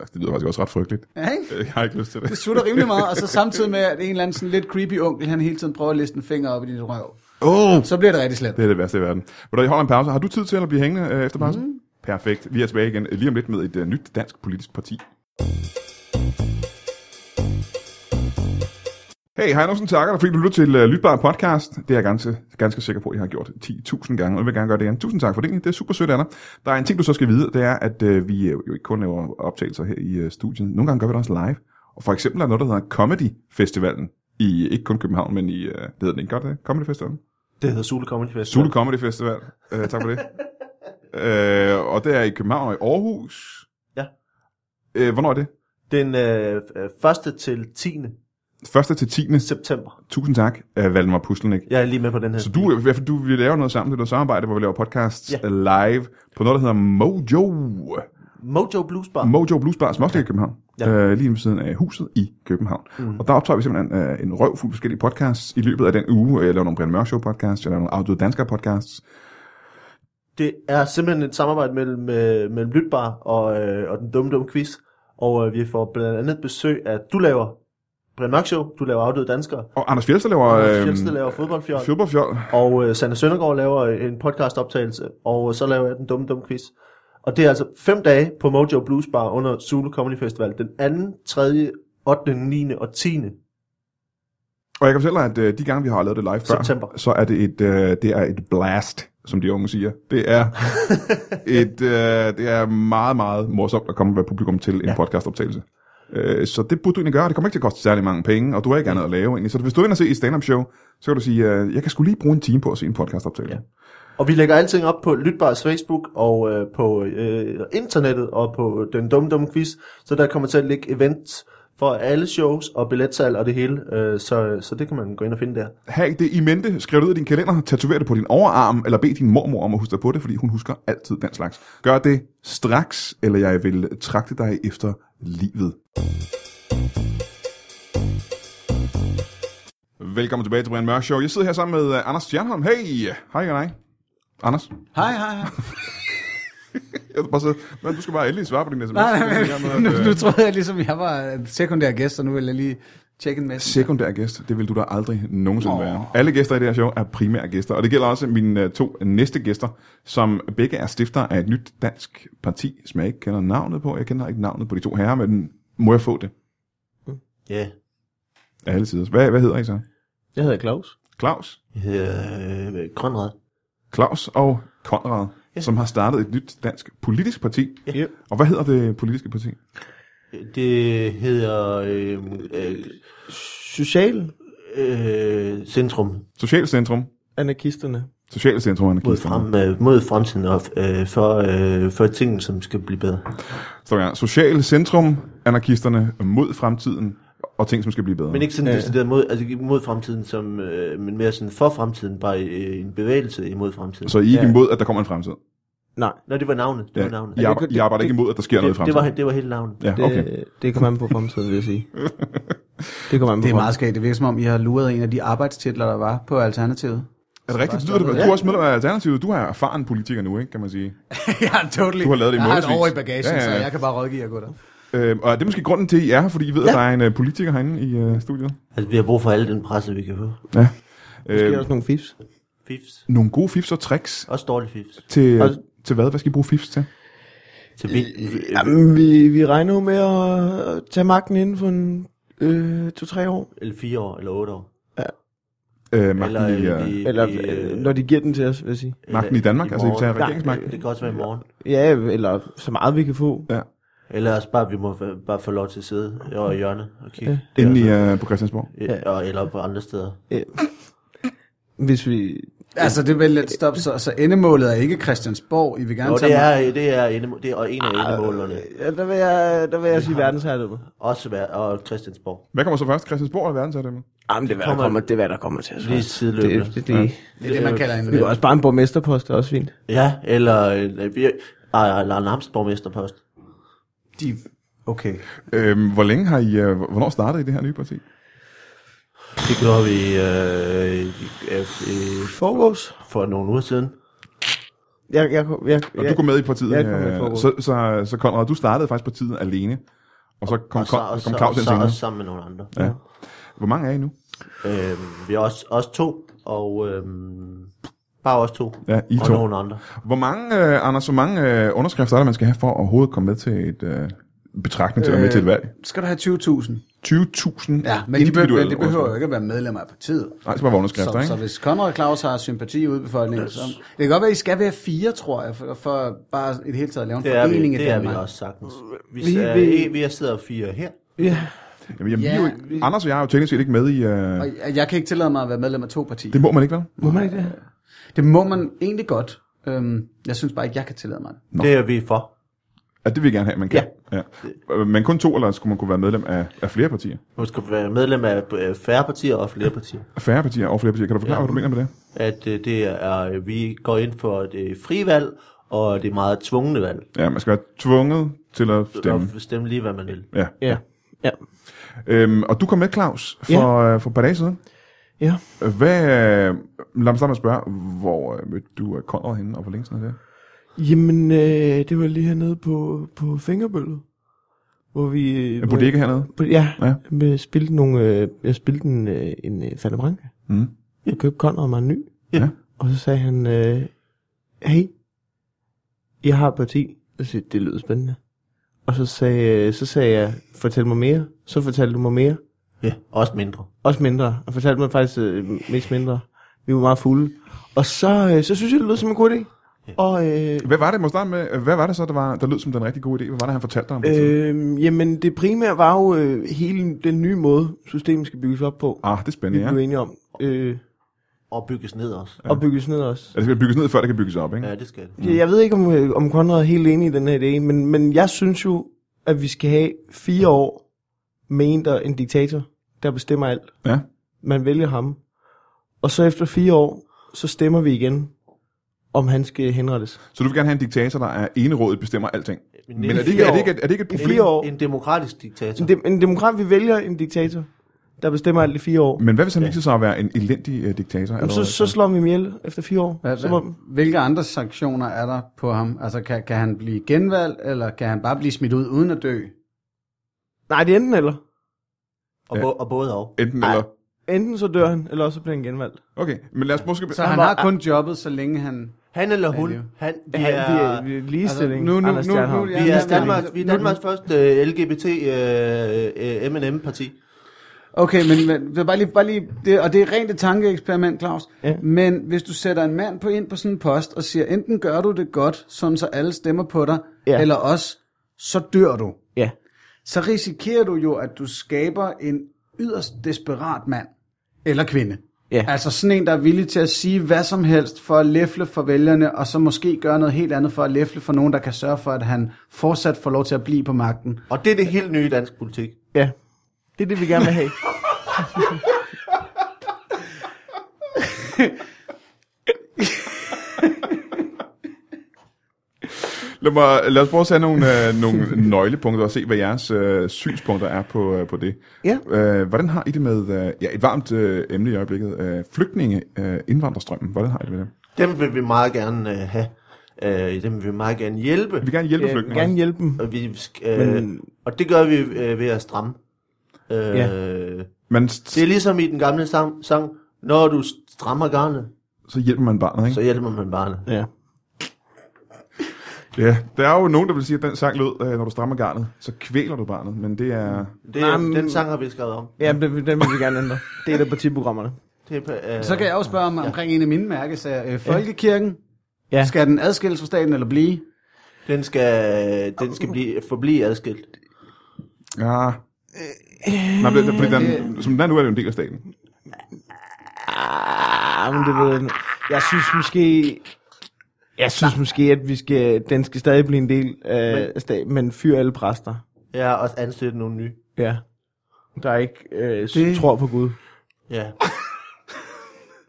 Altså, Det lyder faktisk også ret frygteligt.
Ja, ikke?
Øh, Jeg har ikke lyst til det.
Det sutter rimelig meget, og så samtidig med, at en eller anden sådan lidt creepy onkel, han hele tiden prøver at liste en finger op i dit røv.
Oh.
Så bliver det rigtig slemt.
Det er det værste i verden. Vil du holde en pause? Har du tid til at blive hængende øh, efter pausen? Mm. Perfekt. Vi er tilbage igen øh, lige om lidt med et øh, nyt dansk politisk parti. Hey, hej Norsen Takker, fordi du lytter til uh, Lytbar Podcast. Det er jeg ganske, ganske sikker på, at jeg har gjort 10.000 gange, og jeg vil gerne gøre det igen. Tusind tak for det, det er super sødt af dig. Der er en ting, du så skal vide, det er, at uh, vi øh, jo ikke kun laver optagelser her i uh, studiet. Nogle gange gør vi det også live. Og for eksempel er der noget, der hedder Comedy Festivalen. I ikke kun København, men i, uh, det hedder den ikke godt, uh, Comedy Festivalen?
Det hedder Sule Comedy Festival.
Zulu Comedy Festival. Øh, tak for det. øh, og det er i København og i Aarhus.
Ja.
Øh, hvornår er det?
Den øh, øh, første til 10.
1. til 10.
september.
Tusind tak, øh, Valdemar Puslenik.
Jeg er lige med på den her.
Så du, i hvert fald, du, vi laver noget sammen, det er noget samarbejde, hvor vi laver podcasts
Ja.
ja. live på noget, der hedder Mojo.
Mojo Blues Bar.
Mojo Blues Bar, som også ligger i København. Ja.
Ja. Mhm.
Øh, lige ved siden af huset i København. Mm. Og der optager vi simpelthen øh, en røvfuld forskellige podcasts i løbet af den uge. Jeg laver nogle Brian Mørk Show podcasts, jeg laver nogle Outdoor Dansker podcasts.
det er simpelthen et samarbejde mellem, øh, mellem Lytbar og, øh, og den dumme dumme quiz. Og øh, vi får blandt andet besøg af, du laver Brian Mørk Show, du laver Afdøde Danskere,
Og øhm, Anders Fjeldsted laver... øh,
Anders Fjeldsted laver fodboldfjold.
Fodboldfjold.
øh, og øh, Sander Søndergaard laver en podcastoptagelse, og så laver jeg den dumme dumme quiz. Og det er altså fem dage på Mojo Blues Bar under Zulu Comedy Festival. Den 2., 3., 8., 9. og 10.
Og jeg kan fortælle dig, at øh, de gange, vi har lavet det live før,
September.
så er det et, øh, det er et blast, som de unge siger. Det er, et, øh, det er meget, meget morsomt at komme med publikum til en ja. podcastoptagelse. Øh, så det burde du egentlig gøre. Det kommer ikke til at koste særlig mange penge, og du har ikke andet at lave egentlig. Så hvis du er inde og se et stand-up show, så kan du sige, øh, jeg kan skulle lige bruge en time på at se en podcastoptagelse. Ja.
Og vi lægger alting op på Lytbars Facebook og øh, på øh, internettet og på Den Dumme Dumme Quiz. Så der kommer til at ligge events for alle shows og billetsal og det hele. Øh, så, så det kan man gå ind og finde der.
Hav det i mente, skriv det ud i din kalender, tatover det på din overarm, eller bed din mormor om at huske dig på det, fordi hun husker altid den slags. Gør det straks, eller jeg vil trakte dig efter livet. Velkommen tilbage til Brian Mørk Show. Jeg sidder her sammen med øh, Anders Stjernholm. Hey! Hej, hej. Anders,
Hej, hej, hej.
jeg vil bare sidde. Men du skal bare endelig svare på din sms.
Nej, nej,
Jeg
men,
mener,
nu,
at, øh,
nu troede jeg ligesom, jeg var en sekundær gæst, og nu vil jeg lige tjekke en masse.
Sekundær gæst, det vil du da aldrig nogensinde oh.
Åh.
være. Alle gæster i det her show er primære gæster, og det gælder også mine øh, to næste gæster, som begge er stifter af et nyt dansk parti, som jeg ikke kender navnet på. Jeg kender ikke navnet på de to herrer, men må jeg få det
Ja. Yeah.
af alle sider? Hvad, hvad hedder I så?
Jeg hedder Claus.
Claus?
Øh, Grønred.
Claus og Konrad, ja. som har startet et nyt dansk politisk parti.
Ja. Yeah.
Og hvad hedder det politiske parti?
Det hedder øh, øh,
Social
øh, Centrum.
Socialcentrum.
anarkisterne.
Socialcentrum, Anna
Mod,
Kirsten.
frem, øh, mod fremtiden og øh, for, øh, for tingene, som skal blive bedre.
Står jeg. Social centrum, anarkisterne mod fremtiden og ting, som skal blive bedre.
Men ikke sådan
Ja.
ja. decideret mod, altså ikke mod fremtiden, som, øh, men mere sådan for fremtiden, bare øh, en bevægelse imod fremtiden.
Så I er ikke
Ja.
imod, at der kommer en fremtid?
Nej,
Nå, det var navnet. Det
Ja,
var navnet. Altså,
I, arbejder,
det-
I arbejder ikke imod, at der sker noget i
det, det,
fremtiden?
var, det var hele navnet.
Ja,
det,
okay.
okay. det kommer an på fremtiden, vil jeg sige. Det kommer an på
Det er meget
fremtiden.
skægt. Det virker som om, I har luret en af de arbejdstitler, der var på Alternativet.
Er det rigtigt? Du, du, du er også medlem af Alternativet. Du er erfaren politiker nu, ikke, kan man sige.
jeg har totally.
Du har lavet det i
Jeg har et
månedsvis.
år i bagagen,
Ja,
ja,
ja,
ja, ja.
ja.
så jeg kan bare rådgive jer gutter.
Øh, og er det måske grunden til, at I er her? Fordi I ved, ja. at
Ja.
der er en uh, politiker herinde i uh, studiet.
Altså, vi har brug for alle den presse, vi kan få.
Ja.
Måske
Øh,
også nogle fifs.
Fifs.
nogle gode fifs og tricks
Også dårlig fifs.
til, øh,
Og-
til hvad? Hvad skal I bruge fifs til?
Til vi,
Jamen, vi, vi regner jo med at at tage magten inden for en øh, to-tre år.
eller fire år, eller otte år.
Øh, magten,
Eller,
i,
eller,
uh,
i,
Eller
i,
øh,
øh,
når de giver den til os, vil jeg sige.
magten i Danmark? altså, I
morgen.
tager
Nej.
regeringsmagten?
Det kan også være i morgen.
Ja, eller så meget vi kan få.
Ja.
Eller også bare, vi må f- bare få lov til at sidde over i hjørnet og kigge.
Ja.
Inden I er på Christiansborg?
Ja. Og, eller på andre steder.
Øh, Hvis vi...
Altså, det er vel lidt stop, så, så endemålet er ikke Christiansborg. I vil gerne
Jo, det
tage mig-
er, det er, inde, det er en af endemålerne.
Ja, øh, der vil jeg, der vil jeg sige verdensherredømme.
øh.
Også vær, og Christiansborg.
Hvad kommer så først? Christiansborg eller verdensherredømmet?
Jamen, det er, hvad der
Kommer-
kommer, det er, hvad der kommer til os.
Lige sideløbende.
Det, det, det, det,
det, er det, man kalder
det er
en
også bare en borgmesterpost, det er også fint.
Ja, eller øh, vi, ah, Lars Nams borgmesterpost.
de... Okay.
Øhm, hvor længe har I, øh, hvornår startede I det her nye parti?
Det gjorde vi øh, i- øh, øh,
Forgårs.
for nogle uger siden.
Jeg, jeg, jeg, jeg,
Og du kom med i partiet,
jeg kom med i
øh,
foråret.
så, så, så Konrad, du startede faktisk partiet alene, og så kom,
Og så, og
Kon-
så,
kom Claus
og
ind
så
senere.
også sammen med nogle andre.
Ja. Hvor mange er I nu?
Øhm, vi er også, også to, og øhm, bare også to.
Ja, I
og
to.
nogle andre.
Hvor mange, øh, Anders, hvor mange øh, underskrifter er der, man skal have for at overhovedet komme med til et øh, betragtning til at være med til et valg?
Skal du have 20.000?
20.000
Øh, Ja, men de, behøver, men de behøver jo
underskrifter.
ikke at være medlemmer af partiet.
Nej, det skal bare være underskrifter,
Så,
ikke?
så hvis Conrad og Claus har sympati ude i befolkningen, så... Det kan godt være, at I skal være fire, tror jeg, for, for bare i det hele taget at lave en
Det er, vi,
forening i
det er vi
Danmark.
også sagtens. Vi,
Vi-
vi, er,
vi-
vi, vi er sidder fire her.
Ja,
Jamen, jamen, vi er
Ja,
jo, ikke- Anders og jeg er jo teknisk set ikke med i... Øh,
Og jeg- jeg kan ikke tillade mig at være medlem af to partier.
det må man ikke, vel?
må man ikke det?
Det må man egentlig godt. Øhm, jeg synes bare ikke, jeg kan tillade mig det.
Nå.
Det er vi for.
Ja, det vil jeg gerne have, man kan. Ja. ja. Men kun to, eller skulle man kunne være medlem af, af flere partier?
Man skal være medlem af øh, færre partier og flere partier.
Færre partier og flere partier. Kan du forklare, ja.
Ja.
hvad du mener med det?
At øh, det er, øh, vi går ind for det frie valg, og det meget tvungne valg.
Ja, man skal være tvunget til at stemme.
Og stemme lige, hvad man vil.
Ja.
Ja. Ja.
Øhm, og du kom med, Claus, for, ja. for et par dage siden.
Ja.
Hvad, øh, lad mig starte med at spørge, hvor øh, mødte du øh, Conrad henne, og hvor længe siden er det?
Jamen, øh, det var lige hernede på, på fingerbøllet, hvor vi... øh,
En
hvor-
bodega hernede?
På, ja,
Ja.
ja. Med, spilte nogle, øh, jeg spilte en, øh, en øh, Fanta Branca.
Mm.
Jeg købte Conrad mig en ny.
Ja.
Og så sagde han, øh, hey, jeg har et parti. Jeg siger, det lyder spændende. Og så sagde, øh, så sagde jeg, fortæl mig mere. Så fortalte du mig mere.
Ja, også mindre.
Også mindre. Og fortalte mig faktisk øh, mest mindre. Vi var meget fulde. Og så, øh, så synes jeg, det lød som en god idé. Og øh,
Hvad var det, må jeg starte med, hvad var det så, der, var, der lød som den rigtig gode idé? Hvad var det, han fortalte dig om? Øh.
øh, jamen, det primære var jo øh, hele den nye måde, systemet skal bygges op på.
Ah, det er
Vi
spændende, ja.
blev enige om. Øh,
Og bygges ned også.
og bygges ned også.
Ja, det skal bygges ned, før det kan bygges op, ikke?
Ja, det skal det.
Mm. Jeg ved ikke, om, øh, om Conrad er helt enig i den her idé, men, men jeg synes jo, at vi skal have fire år med en, der, en diktator, der bestemmer alt.
Ja.
Man vælger ham. Og så efter fire år, så stemmer vi igen, om han skal henrettes.
Så du vil gerne have en diktator, der er enerådet bestemmer alting.
Men
Men er det,
i
ikke, er,
fire
det ikke, er det ikke et
I
problem?
fire år.
En demokratisk diktator.
En, de, en demokrat, vi vælger en diktator, der bestemmer alt i fire år.
Men hvad hvis han viser sig at være en elendig uh, diktator?
Jamen, så,
allerede?
så slår vi ham ihjel efter fire år.
Hvad,
så
hvad,
må,
hvilke andre sanktioner er der på ham? Altså, kan, kan han blive genvalgt, eller kan han bare blive smidt ud uden at dø?
nej, det er enten eller.
Og, bo- og både og.
Enten eller...
Enten så dør han, eller også så bliver han genvalgt.
Okay, men lad os måske...
Så han
var-
har kun jobbet, så længe han...
Han eller hun.
Ja, det er jo-
Han, vi
Han- vi er,
er,
vi er ligestilling,
Altså, nu- nu-
Anders
nu- nu-
Stjernholm.
ja,
vi er,
Jamen,
Danmark, vi er
nu-
Danmarks første øh, LGBT øh, øh, M&M-parti.
Okay, men, men det er bare lige, bare lige det, og det er rent et tankeeksperiment, Claus.
Ja.
Men hvis du sætter en mand på ind på sådan en post og siger, enten gør du det godt, sådan så alle stemmer på dig,
Ja.
ja. eller også, så dør du.
Ja.
Så risikerer du jo, at du skaber en yderst desperat mand eller kvinde.
Ja.
Altså sådan en, der er villig til at sige hvad som helst for at læfle for vælgerne, og så måske gøre noget helt andet for at læfle for nogen, der kan sørge for, at han fortsat får lov til at blive på magten.
Og det er det helt nye i dansk politik.
Ja, det er det, vi gerne vil have.
Lad, mig, lad os prøve at tage nogle, øh, nogle nøglepunkter og se, hvad jeres øh, synspunkter er på, øh, på det.
Ja.
Øh, hvordan har I det med øh, ja, et varmt øh, emne i øjeblikket? Øh, flygtninge, øh, indvandrerstrømmen. Hvordan har I det med det?
Dem vil vi meget gerne øh, have. Øh, dem vil vi meget gerne hjælpe.
Vi vil gerne hjælpe
Jeg vil
flygtninge.
Øh, gerne hjælpe dem.
Og, vi, sk- øh,
Men-
og det gør vi øh, ved at stramme. Øh,
Ja.
Man,
Det er ligesom i den gamle sang, sang når du strammer garnet,
så hjælper man barnet, ikke?
så hjælper man barnet.
Ja.
Ja, der er jo nogen, der vil sige, at den sang lød, øh, når du strammer garnet, så kvæler du barnet, men det er...
Det er,
Jamen-
den sang har vi skrevet om.
Ja, men den, den vil vi gerne ændre. Det er der partiprogrammerne.
Det er, på- øh,
Så kan jeg også spørge om, omkring en af mine mærkesager. Øh, Folkekirken,
Ja.
skal den adskilles fra staten eller blive?
Den skal, den skal blive, forblive adskilt.
Ja... Nej, men det- fordi den, som den er nu, er det jo en del af staten.
Ah, men det ved jeg. nu. Jeg synes måske... Jeg synes måske, at vi skal, den skal stadig blive en del øh, af men, staten, men fyr alle præster.
Ja, og ansætte nogle nye.
Ja. Der er ikke øh, det...
Det-
tror på Gud.
Ja,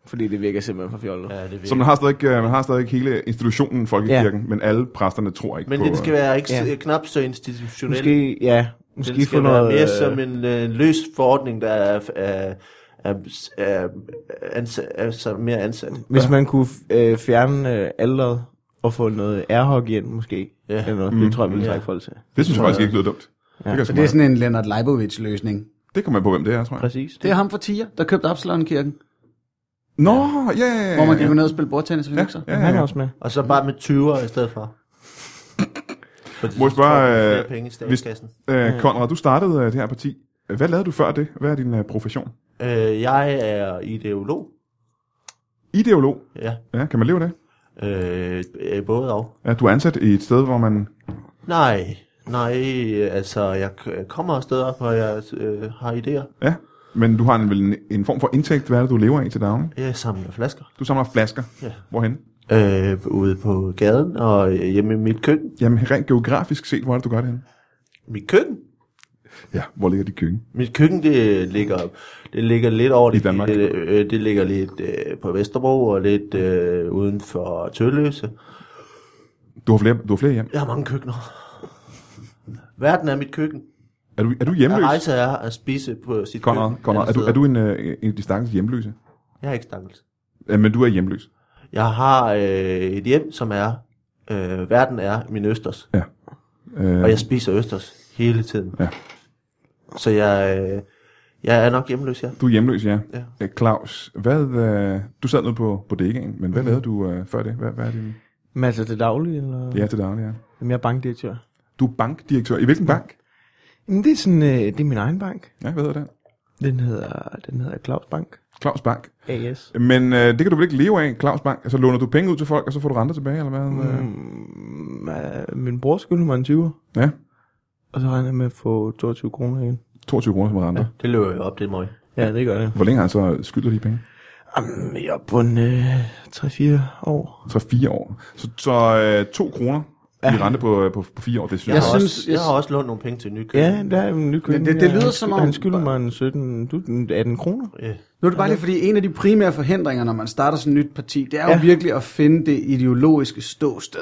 Fordi det virker simpelthen for fjollet. Ja.
ja det
Så
vil.
man har stadig, øh, man har stadig hele institutionen, folkekirken, ja. men alle præsterne tror ikke
Men
på... øh,
den skal være ikke
Ja.
ja. knap så institutionel.
Måske, ja. Måske
den
få
skal være
noget...
mere som en øh, løs forordning, der er, er, er, er, ansat, er så mere ansat.
Hvis man kunne øh, fjerne øh, alderet og få noget airhockey ind, måske.
Ja.
Eller noget. Det tror jeg, vi vil
Ja.
trække folk til.
Det synes jeg faktisk ikke lyder dumt. Ja. Det, kan
Så
så
det er
meget.
sådan en Leonard Leibowitz-løsning.
det kommer an på, hvem det er, tror jeg.
Præcis.
Det er ham fra Tiger, der købte Absalon-kirken,
Nå, ja, ja, ja.
hvor man kan gå ned og spille bordtennis og hygge sig.
Ja,
Han
ja,
er
ja.
også med.
Og så bare med 20'er i stedet for. Fordi
Må jeg
så tror
spørge,
jeg, der er flere
øh,
penge i
hvis-
statskassen.
Øh, Konrad, du startede øh, det her parti. Hvad lavede du før det? Hvad er din øh, profession?
Øh, jeg er ideolog.
Ideolog.
Ja,
Ja, kan man leve af det?
øh, øh, både og.
Ja, du er ansat i et sted, hvor man...
Nej, nej, øh, altså jeg k- kommer af steder, hvor jeg øh, har idéer.
Ja, men du har en, vel en, en form for indtægt. Hvad er det, du lever af til daglig?
Jeg samler flasker.
Du samler flasker.
Ja.
Hvorhen?
Øh, ude på gaden og øh, hjemme i mit køkken.
Jamen, rent geografisk set, hvor er det, du gør det henne?
Mit køkken?
Ja, hvor ligger de køkken?
Mit køkken, det ligger, det ligger lidt over det,
Danmark?
Det, øh, det ligger lidt øh, på Vesterbro og lidt øh, uden for Tølløse.
Du har flere, du har flere hjem.
Jeg har mange køkkener. Verden er mit køkken.
Er du, er du
Jeg
hjemløs?
rejser er at spise på sit
Konrad,
køkken.
Konrad, er
alle
du, er
steder.
du en, øh, en af de stakkels hjemløse?
Jeg er ikke stakkels.
Ja, men du er hjemløs.
Jeg har øh, et hjem, som er, øh, verden er min østers.
Ja. Øh,
Og jeg spiser østers hele tiden.
Ja.
Så jeg, øh, jeg er nok hjemløs, ja.
Du er hjemløs, ja.
Ja. Mhm.
ja. Claus, hvad, øh, du sad nede på, på dækken, men hvad lavede du øh, før øh, det? Hvad, hvad er din...
Men altså til daglig, eller?
Ja, til daglig, ja.
Jamen, jeg er bankdirektør.
Du er bankdirektør. I hvilken bank?
Jamen, det er sådan, øh, det er min egen bank.
Ja, hvad hedder den?
Den hedder, den hedder Claus Bank.
Claus Bank.
AS.
Men øh, det kan du vel ikke leve af, Claus Bank? Altså låner du penge ud til folk, og så får du renter tilbage, eller hvad? Mm.
Mm, øh, min bror skyldte mig en 20'er,
Ja,
og så regner jeg med at få 22 kroner igen.
22 kroner som renter. Ja.
Det løber jo op, det må jeg.
Ja, det gør det.
Hvor længe har han så skylder de penge?
Jamen, jeg er på en øh, 3-4 år.
3-4 år. Så, så øh, 2 kroner ja. i rente på, øh, på, på 4 år, det synes jeg.
Jeg,
jeg
har,
også.
synes-
også, jeg har også lånt nogle penge til nykøb.
Ja, der er en ny køkken.
det- det
Ja,
lyder som
han skyld-
om-
Han skylder mig en 17, du, en 18 kroner.
Yeah.
Nu er det bare lige, fordi en af de primære forhindringer, når man starter sådan et nyt parti, det er jo
Ja.
ja. virkelig at finde det ideologiske ståsted.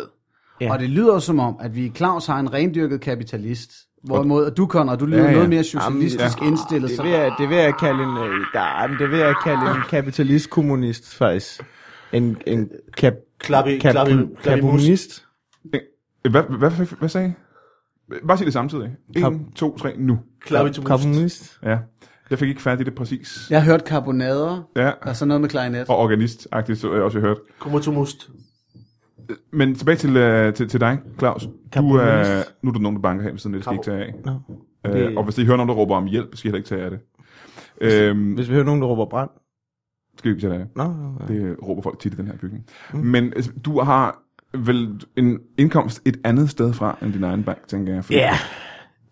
Ja.
Ja. Og det lyder jo som om, at vi i Claus har en rendyrket kapitalist. Hvorimod at du, Conrad, du lyder
Ja,
ja,
ja.
ja. noget mere socialistisk Jamen, ja. indstillet.
Ah, Det
Så
vil jeg, det vil jeg kalde en, øh, der, men det vil jeg kalde en kapitalist-kommunist, faktisk. En, en kap,
Klap i- klap i- klap i
kapitalist.
Øh, Hvad, hvad, hvad, hvad sagde I? Bare sig det samtidig.
Kap-
1, 2, 3, nu.
Klap i tumult.
Kommunist.
Ja. Jeg fik ikke fat i det præcis.
jeg har hørt karbonader
Ja.
og så noget med klarinet.
Og organist-agtigt, så jeg også har hørt.
Kommer til must.
Men tilbage til, øh, til, til dig, Claus. Du, øh,
Carbonist.
nu er der nogen, der banker her ved siden, af, det skal I ikke tage af.
Nå.
Øh,
Det-
og hvis I hører nogen, der råber om hjælp, skal I heller ikke tage af det. Øhm,
Hvis vi hører nogen, der råber brand.
skal I ikke tage af det.
Nå, ja.
Det råber folk tit i den her bygning. Mm. Men altså, du har vel en indkomst et andet sted fra end din egen bank, tænker jeg. Fordi-
Ja.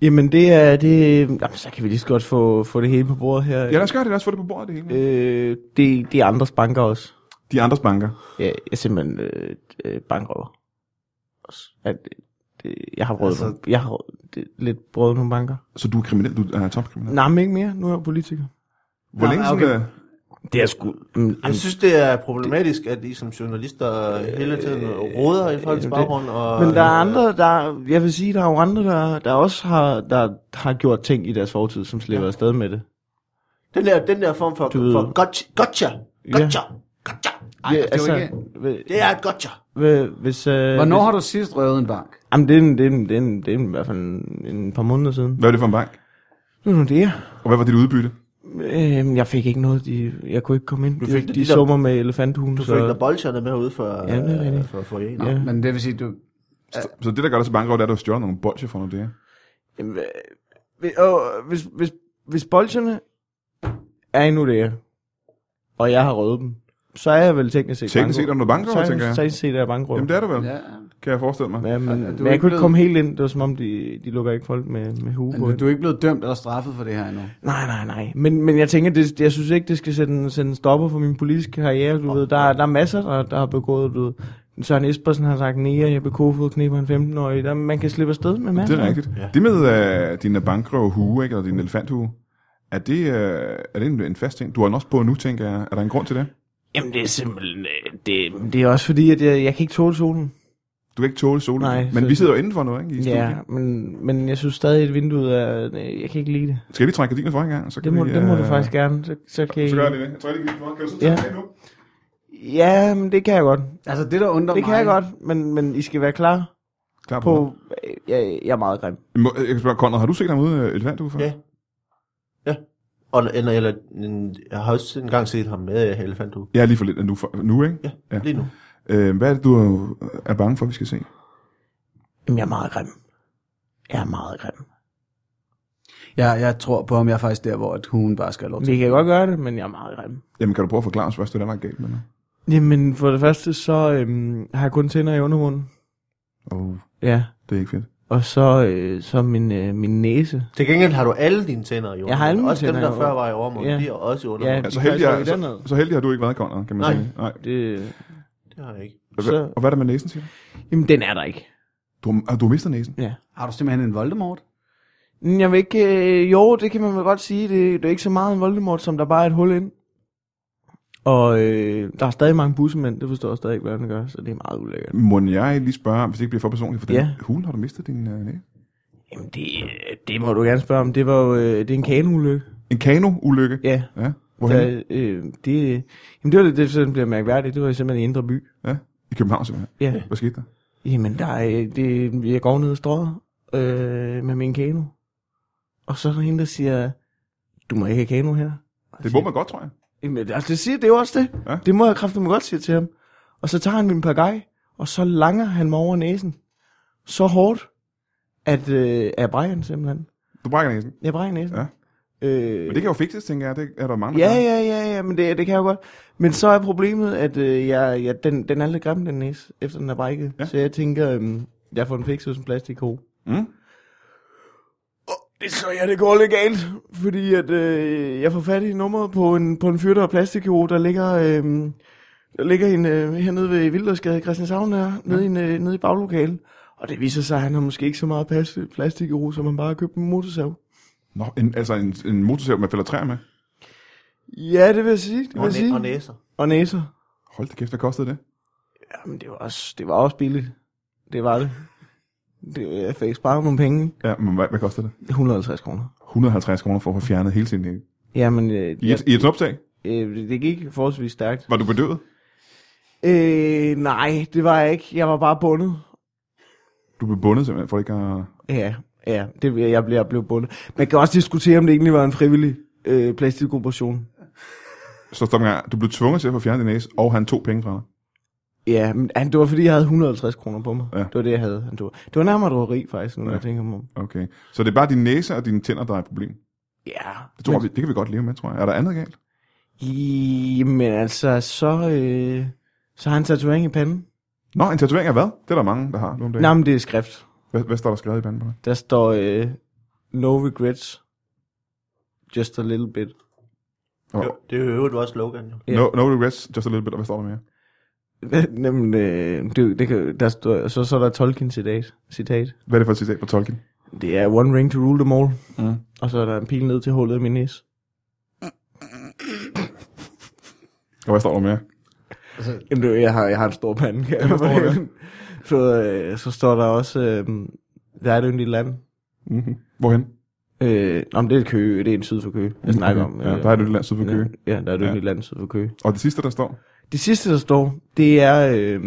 Jamen det er, det, jamen, så kan vi lige så godt få, få det hele på bordet her.
Ja, lad os gøre det. Lad os få det på bordet, det hele. Øh.
øh, det, det er andres banker også.
De andres banker.
Ja, jeg er simpelthen øh, øh, bankrøver. Også. At, det, jeg har rådet
Altså-
altså, nogle, jeg har rådet- det, lidt brød nogle banker.
Så du er kriminel. Du er topkriminel.
Nej, men ikke mere. Nu er jeg politiker.
Hvor
Nej,
længe
nej,
sådan... øh, Okay.
Det er sgu... Mm,
Jeg synes, det er problematisk, at I som journalister hele tiden råder i folks
Øh, det-
baggrund. Og,
men der er
øh,
andre, der... Jeg vil sige, der er jo andre, der, der også har, der, har gjort ting i deres fortid, som slipper ja. afsted med det.
Den der, den der form for,
Du ved-
for gotcha, gotcha, gotcha, gotcha.
Ej, det er jo ikke-
ikke...
Det er et gotcha.
altså, Hvis, øh,
Hvornår
hvis,
har du sidst røvet en bank?
Jamen, det er, en, det, er en, det, er en, det er en, i hvert fald en, en par måneder siden.
Hvad er det for en bank?
Nu er nu det er.
Og hvad var dit udbytte?
Øhm, jeg fik ikke noget. De, jeg kunne ikke komme ind.
fik det
de, de
dit op-
summer med elefanthugen.
Du
så-
fik da bolsjerne med ude for,
Ja, det er
øh,
rigtigt.
for, for en.
Nå,
Ja.
ja. Men det vil sige, du...
Så det, der gør dig så bankerøv, det er, at du har stjålet nogle bolcher fra noget der.
Jamen, hvad- hvis, og, hvis, hvis, hvis bolsjerne er endnu der, og jeg har røvet dem, så er jeg vel teknisk set
Teknisk set er du noget bankrøver,
tænker
tænker jeg.
jeg. Teknisk set er jeg bankrøver.
Jamen, det er du vel,
Ja.
kan jeg forestille mig.
Ja, men,
er du
men jeg
ikke
kunne ikke
blevet-
komme helt ind. Det var som om, de, de lukker ikke folk med, med hue på.
Men
ind.
du er ikke blevet dømt eller straffet for det her endnu.
Nej, nej, nej. Men, men jeg tænker, det, jeg synes ikke, det skal sætte en, sætte en stopper for min politiske karriere. Du oh, ved, der, er- der er masser, der, der har begået, du ved. Søren Espersen har sagt, nej, jeg blev kofod, knipper en 15-årig. Der, man kan slippe afsted med masser.
Det er rigtigt. Ja. Det med øh, din bankrøv hue, ikke, eller din elefanthue, er det, øh, er det en, en fast ting? Du har den også på nu, tænker jeg. Er der en grund til det?
Jamen, det er simpelthen... øh, Det, det er også fordi, at jeg, jeg kan ikke tåle solen.
Du kan ikke tåle solen.
Nej,
men
så-
vi sidder jo indenfor nu, ikke? I studiet.
Ja, men, men jeg synes stadig, at vinduet er... øh, Jeg kan ikke lide det.
Skal jeg lige trække gardiner for en gang? Så
Det
kan
må,
vi,
det må du
øh,
faktisk gerne. Så, så kan jeg...
Så gør jeg lige det. Jeg trækker gardiner for. Kan du så tage
Ja.
det af nu?
Ja, men det kan jeg godt.
Altså det, der undrer
Det
mig...
kan jeg godt, men, men I skal være klar
Klar på.
på... øh, Jeg, jeg er meget grim.
Må, jeg kan spørge, Conrad, har du set ham ude øh, elefanthue før?
Ja. Ja. Og, eller, eller, en- jeg har også engang set ham med øh, elefanthue.
Ja, lige for lidt nu, for, nu ikke?
Ja,
Ja.
ja, lige nu.
Øh, hvad er det, du er bange for, vi skal se?
Jamen, jeg er meget grim. Jeg er meget grim.
Ja, jeg tror på, om jeg er faktisk der, hvor at hun bare skal have lov til.
Vi kan godt gøre det, men jeg er meget grim.
Jamen, kan du prøve at forklare os først, hvad der er galt med dig?
Jamen, for det første, så øhm, har jeg kun tænder i undermunden.
Oh,
Ja.
det er ikke fedt.
Og så, øh, så min, øh, min næse.
Til gengæld har du alle dine tænder i
har alle mine
Også dem,
tænder i
der før
overmunden.
var i overmunden,
Ja.
de er også i
Ja,
undermunden.
Ja,
de
så,
kan
heldig,
altså
er,
ikke derned.
så, så heldig har du ikke været, Conrad, kan man
Nej.
sige. Nej.
Det,
Det har jeg ikke.
Og,
Så-
hva- og hvad er der med næsen, siger du?
jamen, den er der ikke.
Du har, ah, du har mistet næsen?
Ja.
Har du simpelthen en Voldemort?
Mm, Jeg vil ikke, øh, jo, det kan man vel godt sige. Det, det er ikke så meget en Voldemort, som der bare er et hul ind. Og øh, der er stadig mange bussemænd, det forstår jeg stadig ikke, hvad den gør, så det er meget ulækkert.
Må jeg lige spørge, hvis det ikke bliver for personligt, for den
Ja.
hulen har du mistet din øh, næse?
Jamen, det, øh, det må du gerne spørge om. Det var jo, øh, det er en kaneulykke.
En kano-ulykke?
Ja.
ja. Hvorhen?
Der, øh, det, øh, jamen, det var det, det, som bliver mærkværdigt. Det var simpelthen i Indre By.
Ja, i København simpelthen.
Ja.
Hvad skete der?
Jamen, der er, øh, det, jeg går ned og strøger øh, med min kano. Og så er der en, der siger, du må ikke have kano her. Og
Det
jeg
må man godt, tror jeg.
Jamen, altså, det, siger, det er jo også det.
Ja.
Ja. Det må jeg kraftigt godt sige til ham. Og så tager han min pagaj Og så langer han mig over næsen. Så hårdt, at øh, jeg brækker den simpelthen.
Du brækker næsen.
Jeg brækker næsen.
Ja.
Øh,
Men det kan jo fikses, tænker jeg. Det er der mange, der
Ja,
gør.
ja, ja, ja, men det, det kan jeg jo godt. Men så er problemet, at øh, jeg, jeg, den, den er lidt grim, den næse, efter den er brækket.
Ja.
Ja. Så jeg tænker, øhm, jeg får en fix hos en plastikhove.
Mm?
Det så jeg, det går lidt galt, fordi at, øh, jeg får fat i nummeret på en, på en fyr, der er plastikhove, der ligger, øh, der ligger en, øh, hernede ved Vildersgade i Christianshavn, der, nede, i, en, øh, nede i baglokalet. Og det viser sig, at han har måske ikke så meget pas- plastikhove, som han bare har købt en motorsav.
Nå, en, altså en, en motorsav, man fælder træer med.
Ja, det vil jeg sige. Det vil
Og,
jeg sige.
næ- og næser.
og næser.
Hold da kæft, hvad kostede det?
Jamen, det var også, det var også billigt. Det var det. det jeg fik sparet nogle penge.
Ja, men hvad, hvad kostede det?
150 kroner.
150 kroner for at få fjernet hele sin næse.
Jamen, øh,
I,
jeg,
et, I et optag?
øh, det gik forholdsvis stærkt.
Var du bedøvet?
Øh, nej, det var jeg ikke. Jeg var bare bundet.
Du blev bundet simpelthen, for ikke at...
Ja, ja, det, vil jeg jeg blev, jeg blev bundet. Man kan også diskutere, om det egentlig var en frivillig øh, plastikoperation.
Så stop en gang. Du blev tvunget til at få fjernet din næse, og han tog penge fra dig.
Ja, men han, det var fordi, jeg havde 150 kroner på mig.
Ja.
Ja. Det var det, jeg havde. Han tog. Det var nærmere drogeri, faktisk, nu ja. jeg tænker mig om.
Okay. Så det er bare din næse og dine tænder, der er et problem.
Ja.
Det, tror vi, det kan vi godt leve med, tror jeg. Er der andet galt?
Jamen altså, så, øh, så har han tatovering i panden.
Nå, en tatovering af hvad? Det er der mange, der har nu om dagen.
Nej, men det er skrift.
Hvad, hvad står der skrevet i panden på dig?
Der står øh, no regrets, just a little bit.
Og,
Jo, det er jo i øvrigt også slogan, jo.
Ja.
no, no regrets, just a little bit. Og hvad står der mere?
Hvad- Jamen, øh, det, det kan, der står, så, så er der Tolkien citat, citat.
Hvad er det for et citat fra Tolkien?
Det er one ring to rule them all.
Mm.
Og så er der en pil ned til hullet i min næse.
Og hvad står der mere?
Jamen, det, jeg, har, jeg har en stor pande, kan jeg forstå. så, øh, så står der også, øh, der er et yndigt land.
Mm-hmm. Hvorhen?
Øh, om det er Køge, det er en syd for Køge, jeg snakker om.
Mm,
øh,
Ja, der er et lille land syd for Køge.
Ja, ja, der er et
Ja.
yndigt land syd for Køge.
Og det sidste, der står?
Det sidste, der står, det er, øh,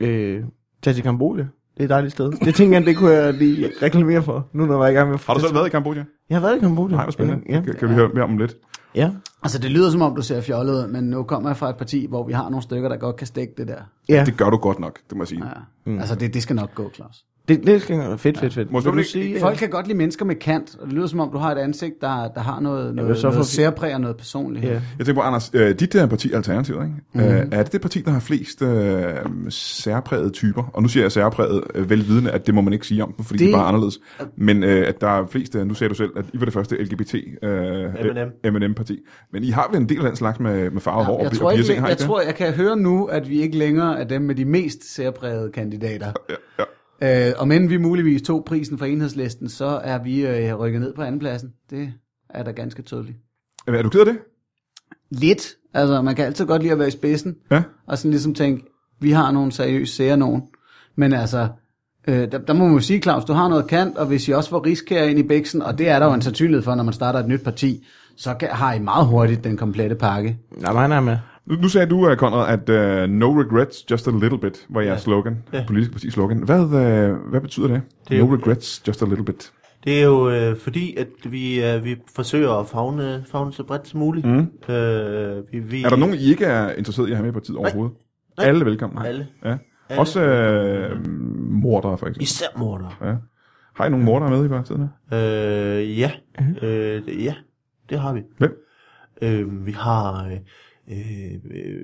øh, tag til Kambodja. Det er et dejligt sted. Det tænker jeg, det kunne jeg lige reklamere for, nu når jeg er i gang med...
Har du selv været i Kambodja?
Jeg har været i Kambodja.
Nej, hvor spændende.
Ja,
Kan, kan vi høre mere om lidt?
ja.
Altså, det lyder som om, du ser fjollet ud, men nu kommer jeg fra et parti, hvor vi har nogle stykker, der godt kan stikke det der.
ja.
Det gør du godt nok, det må jeg sige.
Ja. Mm. Altså, det, det skal nok gå, Claus.
Det, det skal være fedt, fedt, fedt.
Må jeg
Vil du
ikke-
sige,
Folk kan godt lide mennesker med kant, og det lyder som om, du har et ansigt, der, der har noget, noget,
så får
noget
vi-
særpræg og noget personlighed.
Ja.
Jeg tænker på, Anders, øh, dit der parti Alternativet, ikke? Mm.
Mhm.
Øh, er det det parti, der har flest øh, særprægede typer? Og nu siger jeg særpræget øh, velvidende, at det må man ikke sige om dem, fordi det,
Det-
det er bare anderledes. Men øh, at der er flest, øh, nu sagde du selv, at I var det første LGBT øh,
M&M.
M&M-parti. Men I har vel en del af den slags med, med farvet ja, hår og
jeg,
pi-
tror
og
ikke,
piercing, har
jeg,
I
jeg
ikke det?
tror, jeg kan høre nu, at vi ikke længere er dem med de mest særprægede kandidater.
Ja, ja.
Øh, om end vi muligvis tog prisen fra enhedslisten, så er vi øh, rykket ned på andenpladsen. Det er da ganske tydeligt.
Jamen, Er du ked af det?
Lidt. Altså, man kan altid godt lide at være i spidsen,
Ja.
og sådan ligesom tænke, vi har nogle seriøse sære nogen. Men altså, øh, der, der må man jo sige, Claus, du har noget kant, og hvis I også får riskære ind i bæksen, og det er der jo en sandsynlighed for, når man starter et nyt parti, så kan, har I meget hurtigt den komplette pakke.
Nej, nej, nej, med.
Nu, nu sagde du, øh, Conrad, at øh, no regrets, just a little bit, var jeres slogan. Ja. Politisk parti slogan. Hvad, øh, hvad betyder det?
Det
det
er
no
jo-
regrets, just a little bit.
Det er jo øh, fordi, at vi, øh, vi forsøger at fagne, fagne så bredt som muligt. Mm. Øh, vi, vi,
Er der nogen, I ikke er interesseret i at have med i partiet overhovedet?
Nej.
Alle er velkommen.
Alle.
Ja. Også øh, mordere, for eksempel.
Især morder.
Ja. Har I nogle mordere med i partiet? her?
Øh, ja.
Mm-hmm.
Øh, det- ja, det har vi.
Hvem?
Øh, vi har øh, øh, øh,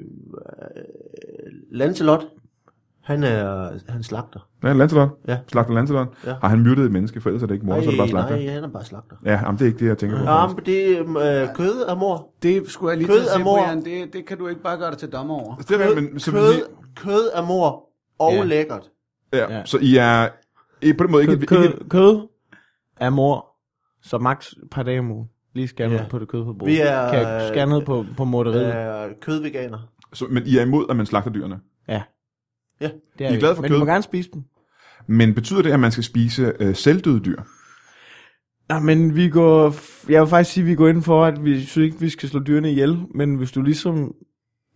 Lancelot. Han er, han slagter.
Ja, Lancelot.
Ja.
Slagter Lancelot.
Ja.
Har han myrdet et menneske, for ellers er det ikke morder, så er det bare slagter.
nej, han er bare slagter.
Ja, jamen, det er ikke det, jeg tænker på.
Ja, men det er øh, kød af mor.
Det skulle jeg lige
Kød
til at sige,
er mor.
Brian, det, det kan du ikke bare gøre dig til dommer over.
Det er, rigtigt,
Kød,
men, så, vil I,
kød, kød af mor og
Ja.
lækkert.
ja,
Ja.
så I er I, er på den måde ikke...
Kød,
ikke, ikke
kød, kød er mor, så max et par dage om ugen. Lige skære
Ja.
yeah. på det kødforbrug.
Vi er,
Kan jeg skære ned på, på morderiet?
Øh, kødveganer.
så, men I er imod, at man slagter dyrene.
ja.
Ja.
Det
I er
vi.
glade for
Men
kød?
du må gerne spise dem.
Men betyder det, at man skal spise øh, selvdøde dyr?
Nej, men vi går, f- jeg vil faktisk sige, at vi går ind for, at vi synes ikke, vi skal slå dyrene ihjel, men hvis du ligesom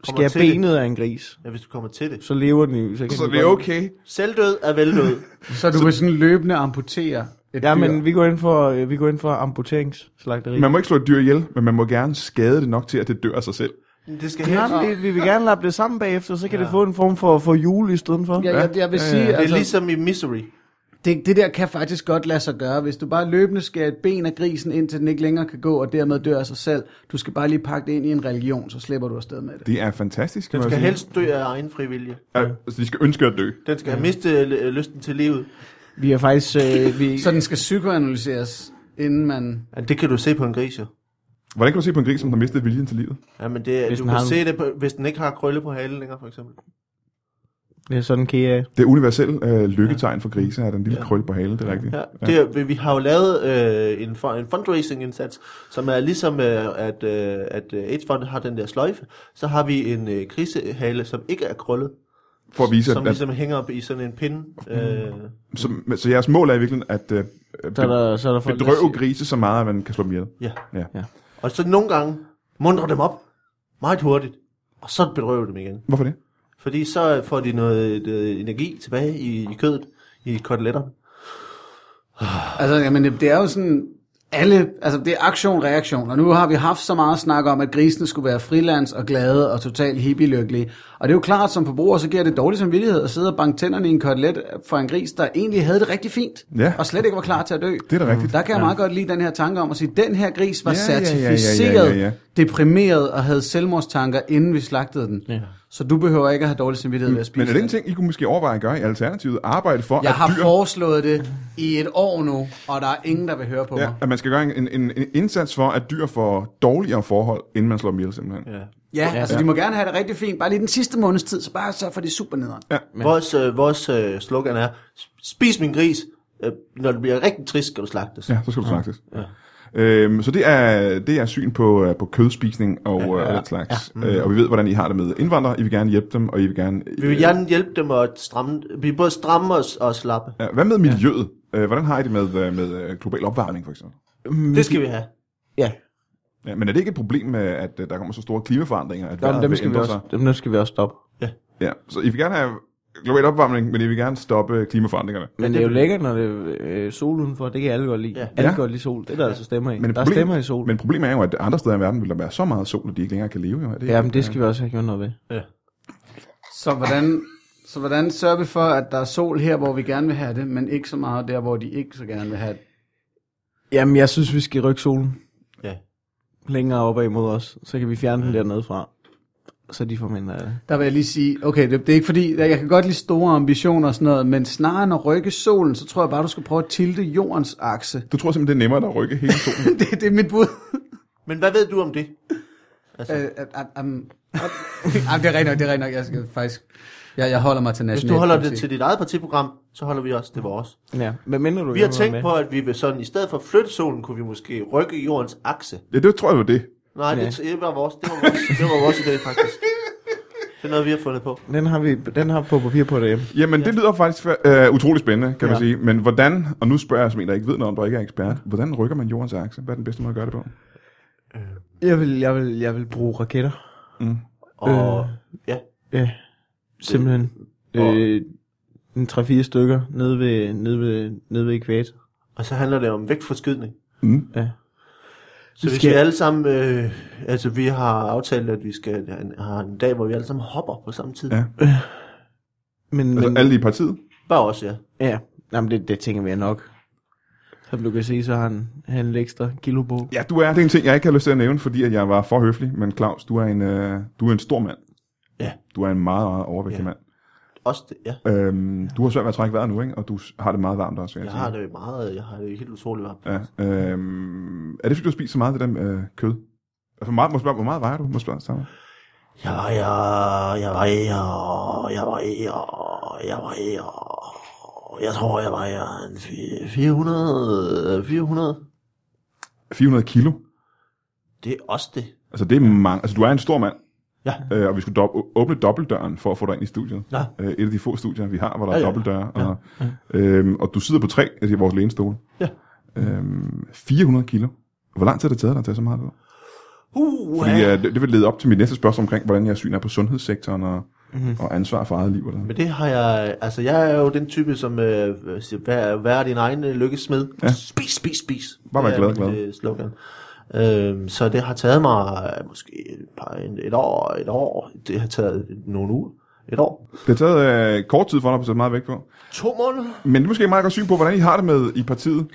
skærer
til det.
benet af en gris,
Ja, hvis du kommer til det.
så lever den jo. Så, kan
Så
den
det er
godt-
okay.
Selvdød er veldød.
Så du vil sådan løbende amputere et
Ja,
dyr.
men vi går ind for, øh, vi går ind for amputeringsslagteri.
Man må ikke slå et dyr ihjel, men man må gerne skade det nok til, at det dør af sig selv.
Det skal
Ja,
helst.
men vi, vi vil gerne lappe det sammen bagefter, så kan ja. det få en form for, for jul i stedet for.
Jeg, jeg, jeg vil sige,
Det er
altså,
ligesom i Misery.
det, det der kan faktisk godt lade sig gøre, hvis du bare løbende skærer et ben af grisen, indtil den ikke længere kan gå, og dermed dør af sig selv. Du skal bare lige pakke det ind i en religion, så slipper du afsted med det.
Det er fantastisk, kan
Den
man
skal
sige.
helst dø af egen frivillige.
Ja, altså, de skal ønske at dø.
Den skal have mistet øh, lysten til livet.
Vi er faktisk... Øh, vi,
Så den skal psykoanalyseres, inden man...
Ja, det kan du se på en gris, jo. Ja,
Hvordan kan du se på en gris, som har mistet viljen til livet?
men det,
Hvis
du kan
den har-
se det, på, hvis den ikke har krølle på halen længere, for eksempel.
ja, sådan kan jeg...
Det er universelt øh, lykketegn for grise, er den lille krøl på halen, det er rigtigt.
Ja, det, er- vi- vi har jo lavet øh, en, fun- en fundraising-indsats, som er ligesom, øh, at, øh, at øh, AIDS-fonden har den der sløjfe. Så har vi en øh, grisehale, som ikke er krøllet,
For at vise,
som
at, at
ligesom hænger op i sådan en pinde. Øh,
så, så jeres mål er i virkeligheden at øh,
Så er der, så er der folk, der
bedrøve
siger-
grise så meget, at man kan slå dem ihjel.
ja.
Ja.
Og så nogle gange mundrer dem op meget hurtigt, og så bedrøver dem igen.
Hvorfor det?
Fordi så får de noget, noget energi tilbage i, i kødet, i koteletterne.
Altså, jamen, det det er jo sådan... Alle, altså det er aktion-reaktion, og nu har vi haft så meget snak om, at grisene skulle være frilands og glade og totalt hippie-lykkelige. Og det er jo klart, som forbruger, så giver det dårlig samvittighed at sidde og banke tænderne i en kotelet for en gris, der egentlig havde det rigtig fint,
Ja.
og slet ikke var klar til at dø.
Det er da rigtigt.
Der kan jeg meget godt lide den her tanke om at sige, at den her gris var
Ja, ja, ja, ja, ja,
certificeret,
ja, ja.
deprimeret og havde selvmordstanker, inden vi slagtede den. Ja. Så du behøver ikke at have dårlig samvittighed ved at spise
Men er det en
den.
ting, I kunne måske overveje at gøre i Alternativet? Arbejde for,
Jeg
at
har
dyr...
foreslået det i et år nu, og der er ingen, der vil høre på
Ja,
mig.
at man skal gøre en, en, en indsats for, at dyr får dårligere forhold, inden man slår dem ihjel, simpelthen.
Ja.
Ja, ja, altså de må gerne have det rigtig fint. Bare lige den sidste måneds tid, så bare så for det er super nederen. Ja.
Vores, øh, vores øh, slogan er, spis min gris, øh, når du bliver rigtig trist, skal du slagtes.
Ja, så skal du slagtes. Ja. Øhm, så det er, det er syn på, øh, på kødspisning og, ja, ja, og den slags. Ja. Øh, og vi ved, hvordan I har det med indvandrere. I vil gerne hjælpe dem, og I vil gerne...
Vi vil gerne hjælpe dem at stramme, vi både stramme os og slappe.
Ja, hvad med miljøet? Øh, hvordan har I det med, øh, med øh, global opvarmning, for eksempel?
Det skal vi have.
Mm, Ja,
Ja, men er det ikke et problem, med, at øh, der kommer så store klimaforandringer, at
Nå, men
vejret
dem,
vil
skal vi
ændre
også,
sig?
dem, dem skal vi også stoppe.
Ja, så I vil gerne have global opvarmning, men I vil gerne stoppe klimaforandringerne.
Men det er jo lækkert, når det er øh, sol udenfor. Det kan alle godt lide.
Ja.
Ja.
Ja.
Alle kan godt lide sol. Det er der altså stemmer i.
Men
der er stemmer i sol.
Men problemet er jo, at andre steder i verden vil der være så meget sol, at de ikke længere kan leve. Jo. Er det
ja, men det skal vi også have gjort noget ved.
Så hvordan, så hvordan sørger vi for, at der er sol her, hvor vi gerne vil have det, men ikke så meget der, hvor de ikke så gerne vil have det?
Jamen, jeg synes, vi skal rykke solen
Ja.
længere opad mod os. Så kan vi fjerne den dernede fra. Så de får mindre af det.
Der vil jeg lige sige, okay, det, det er ikke fordi, jeg kan godt lide store ambitioner og sådan noget, men snarere end at rykke solen, så tror jeg bare, du skal prøve at tilte jordens akse.
Du tror simpelthen, det er nemmere at rykke hele solen.
det, det er mit bud.
Men hvad ved du om det?
Øh, øh, øh, um, ah, det er rent nok, det er rent nok. Jeg skal faktisk... Jeg, jeg holder mig til
Hvis
national
du holder det til dit eget partiprogram, så holder vi også det vores.
Ja, men mindre du
Vi har
gerne vil være
tænkt
med.
på, at vi vil sådan, i stedet for at flytte solen, kunne vi måske rykke jordens akse.
ja, det tror jeg var det.
Nej, det, det var vores, det var vores, det var vores idé, faktisk. Det er noget, vi har fundet på.
Den har vi den har på papir på derhjemme.
Jamen, ja. det lyder faktisk øh, utrolig spændende, kan ja. man sige. Men hvordan, og nu spørger jeg som en, der ikke ved noget om, der ikke er ekspert, hvordan rykker man jordens akse? Hvad er den bedste måde at gøre det på?
Jeg vil, jeg vil, jeg vil bruge raketter.
Og ja,
Ja, simpelthen.
Og-
Øh, en 3-4 stykker nede ved, nede ved, nede ved ekvator.
og så handler det om vægtforskydning.
Ja.
Så
Det
hvis vi
skal-
alle sammen, øh, altså vi har aftalt, at vi skal have en, have en dag, hvor vi alle sammen hopper på samme tid.
Ja.
Ja.
Men,
Altså,
men,
alle i partiet?
Bare os, ja.
Ja, Jamen, det, det tænker vi er nok. Som du kan se, så har han, han en ekstra kilo på.
Ja, du er. Det er en ting, jeg ikke har lyst til at nævne, fordi at jeg var for høflig. Men Claus, du er en, øh, du er en stor mand.
Ja.
Du er en meget, meget overvægtig
Ja.
mand.
Også det, ja.
Øhm, du har svært ved at trække vejret nu, ikke? Og du s- har det meget varmt også, vil jeg
Jeg har det meget, jeg har det helt utroligt varmt.
Ja, øhm, er det fordi, du har spist så meget af det der øh, kød? Altså, hvor meget, må jeg spørge, hvor meget vejer du? Må jeg spørge, Samuel?
Jeg var ja, jeg var ja, jeg var ja, jeg var ja. Jeg tror, jeg var ja, en fi- 400, 400.
400 kilo?
Det er også det.
Altså, det er mange. Altså, du er en stor mand.
Ja.
Øh, og vi skulle dob- åbne dobbeltdøren for at få dig ind i studiet.
Ja.
Øh, et af de få studier, vi har, hvor der
Ja,
er
ja.
dobbeltdøre. Og, øhm, og du sidder på tre af de- vores lænestole.
Ja.
Øhm, 400 kilo. Hvor lang tid har det taget dig at tage så meget på?
Uh,
Fordi øh, det, det vil lede op til mit næste spørgsmål omkring, hvordan jeg syn er på sundhedssektoren og,
Mhm.
mm-hmm. og ansvar for eget liv. Eller.
Men det har jeg, altså jeg er jo den type, som øh, siger, hvad, hvad er din egen øh, lykkesmed? Ja. Spis, spis, spis.
Bare vær
Det er
glad,
mit,
glad.
øh, slogan. Øh, så det har taget mig øh, måske et, par, et år, et år. Det har taget nogle uger. Et år.
Det har taget øh, kort tid for dig at sætte meget vægt på.
To måneder.
Men det er måske et meget godt syn på, hvordan I har det med i partiet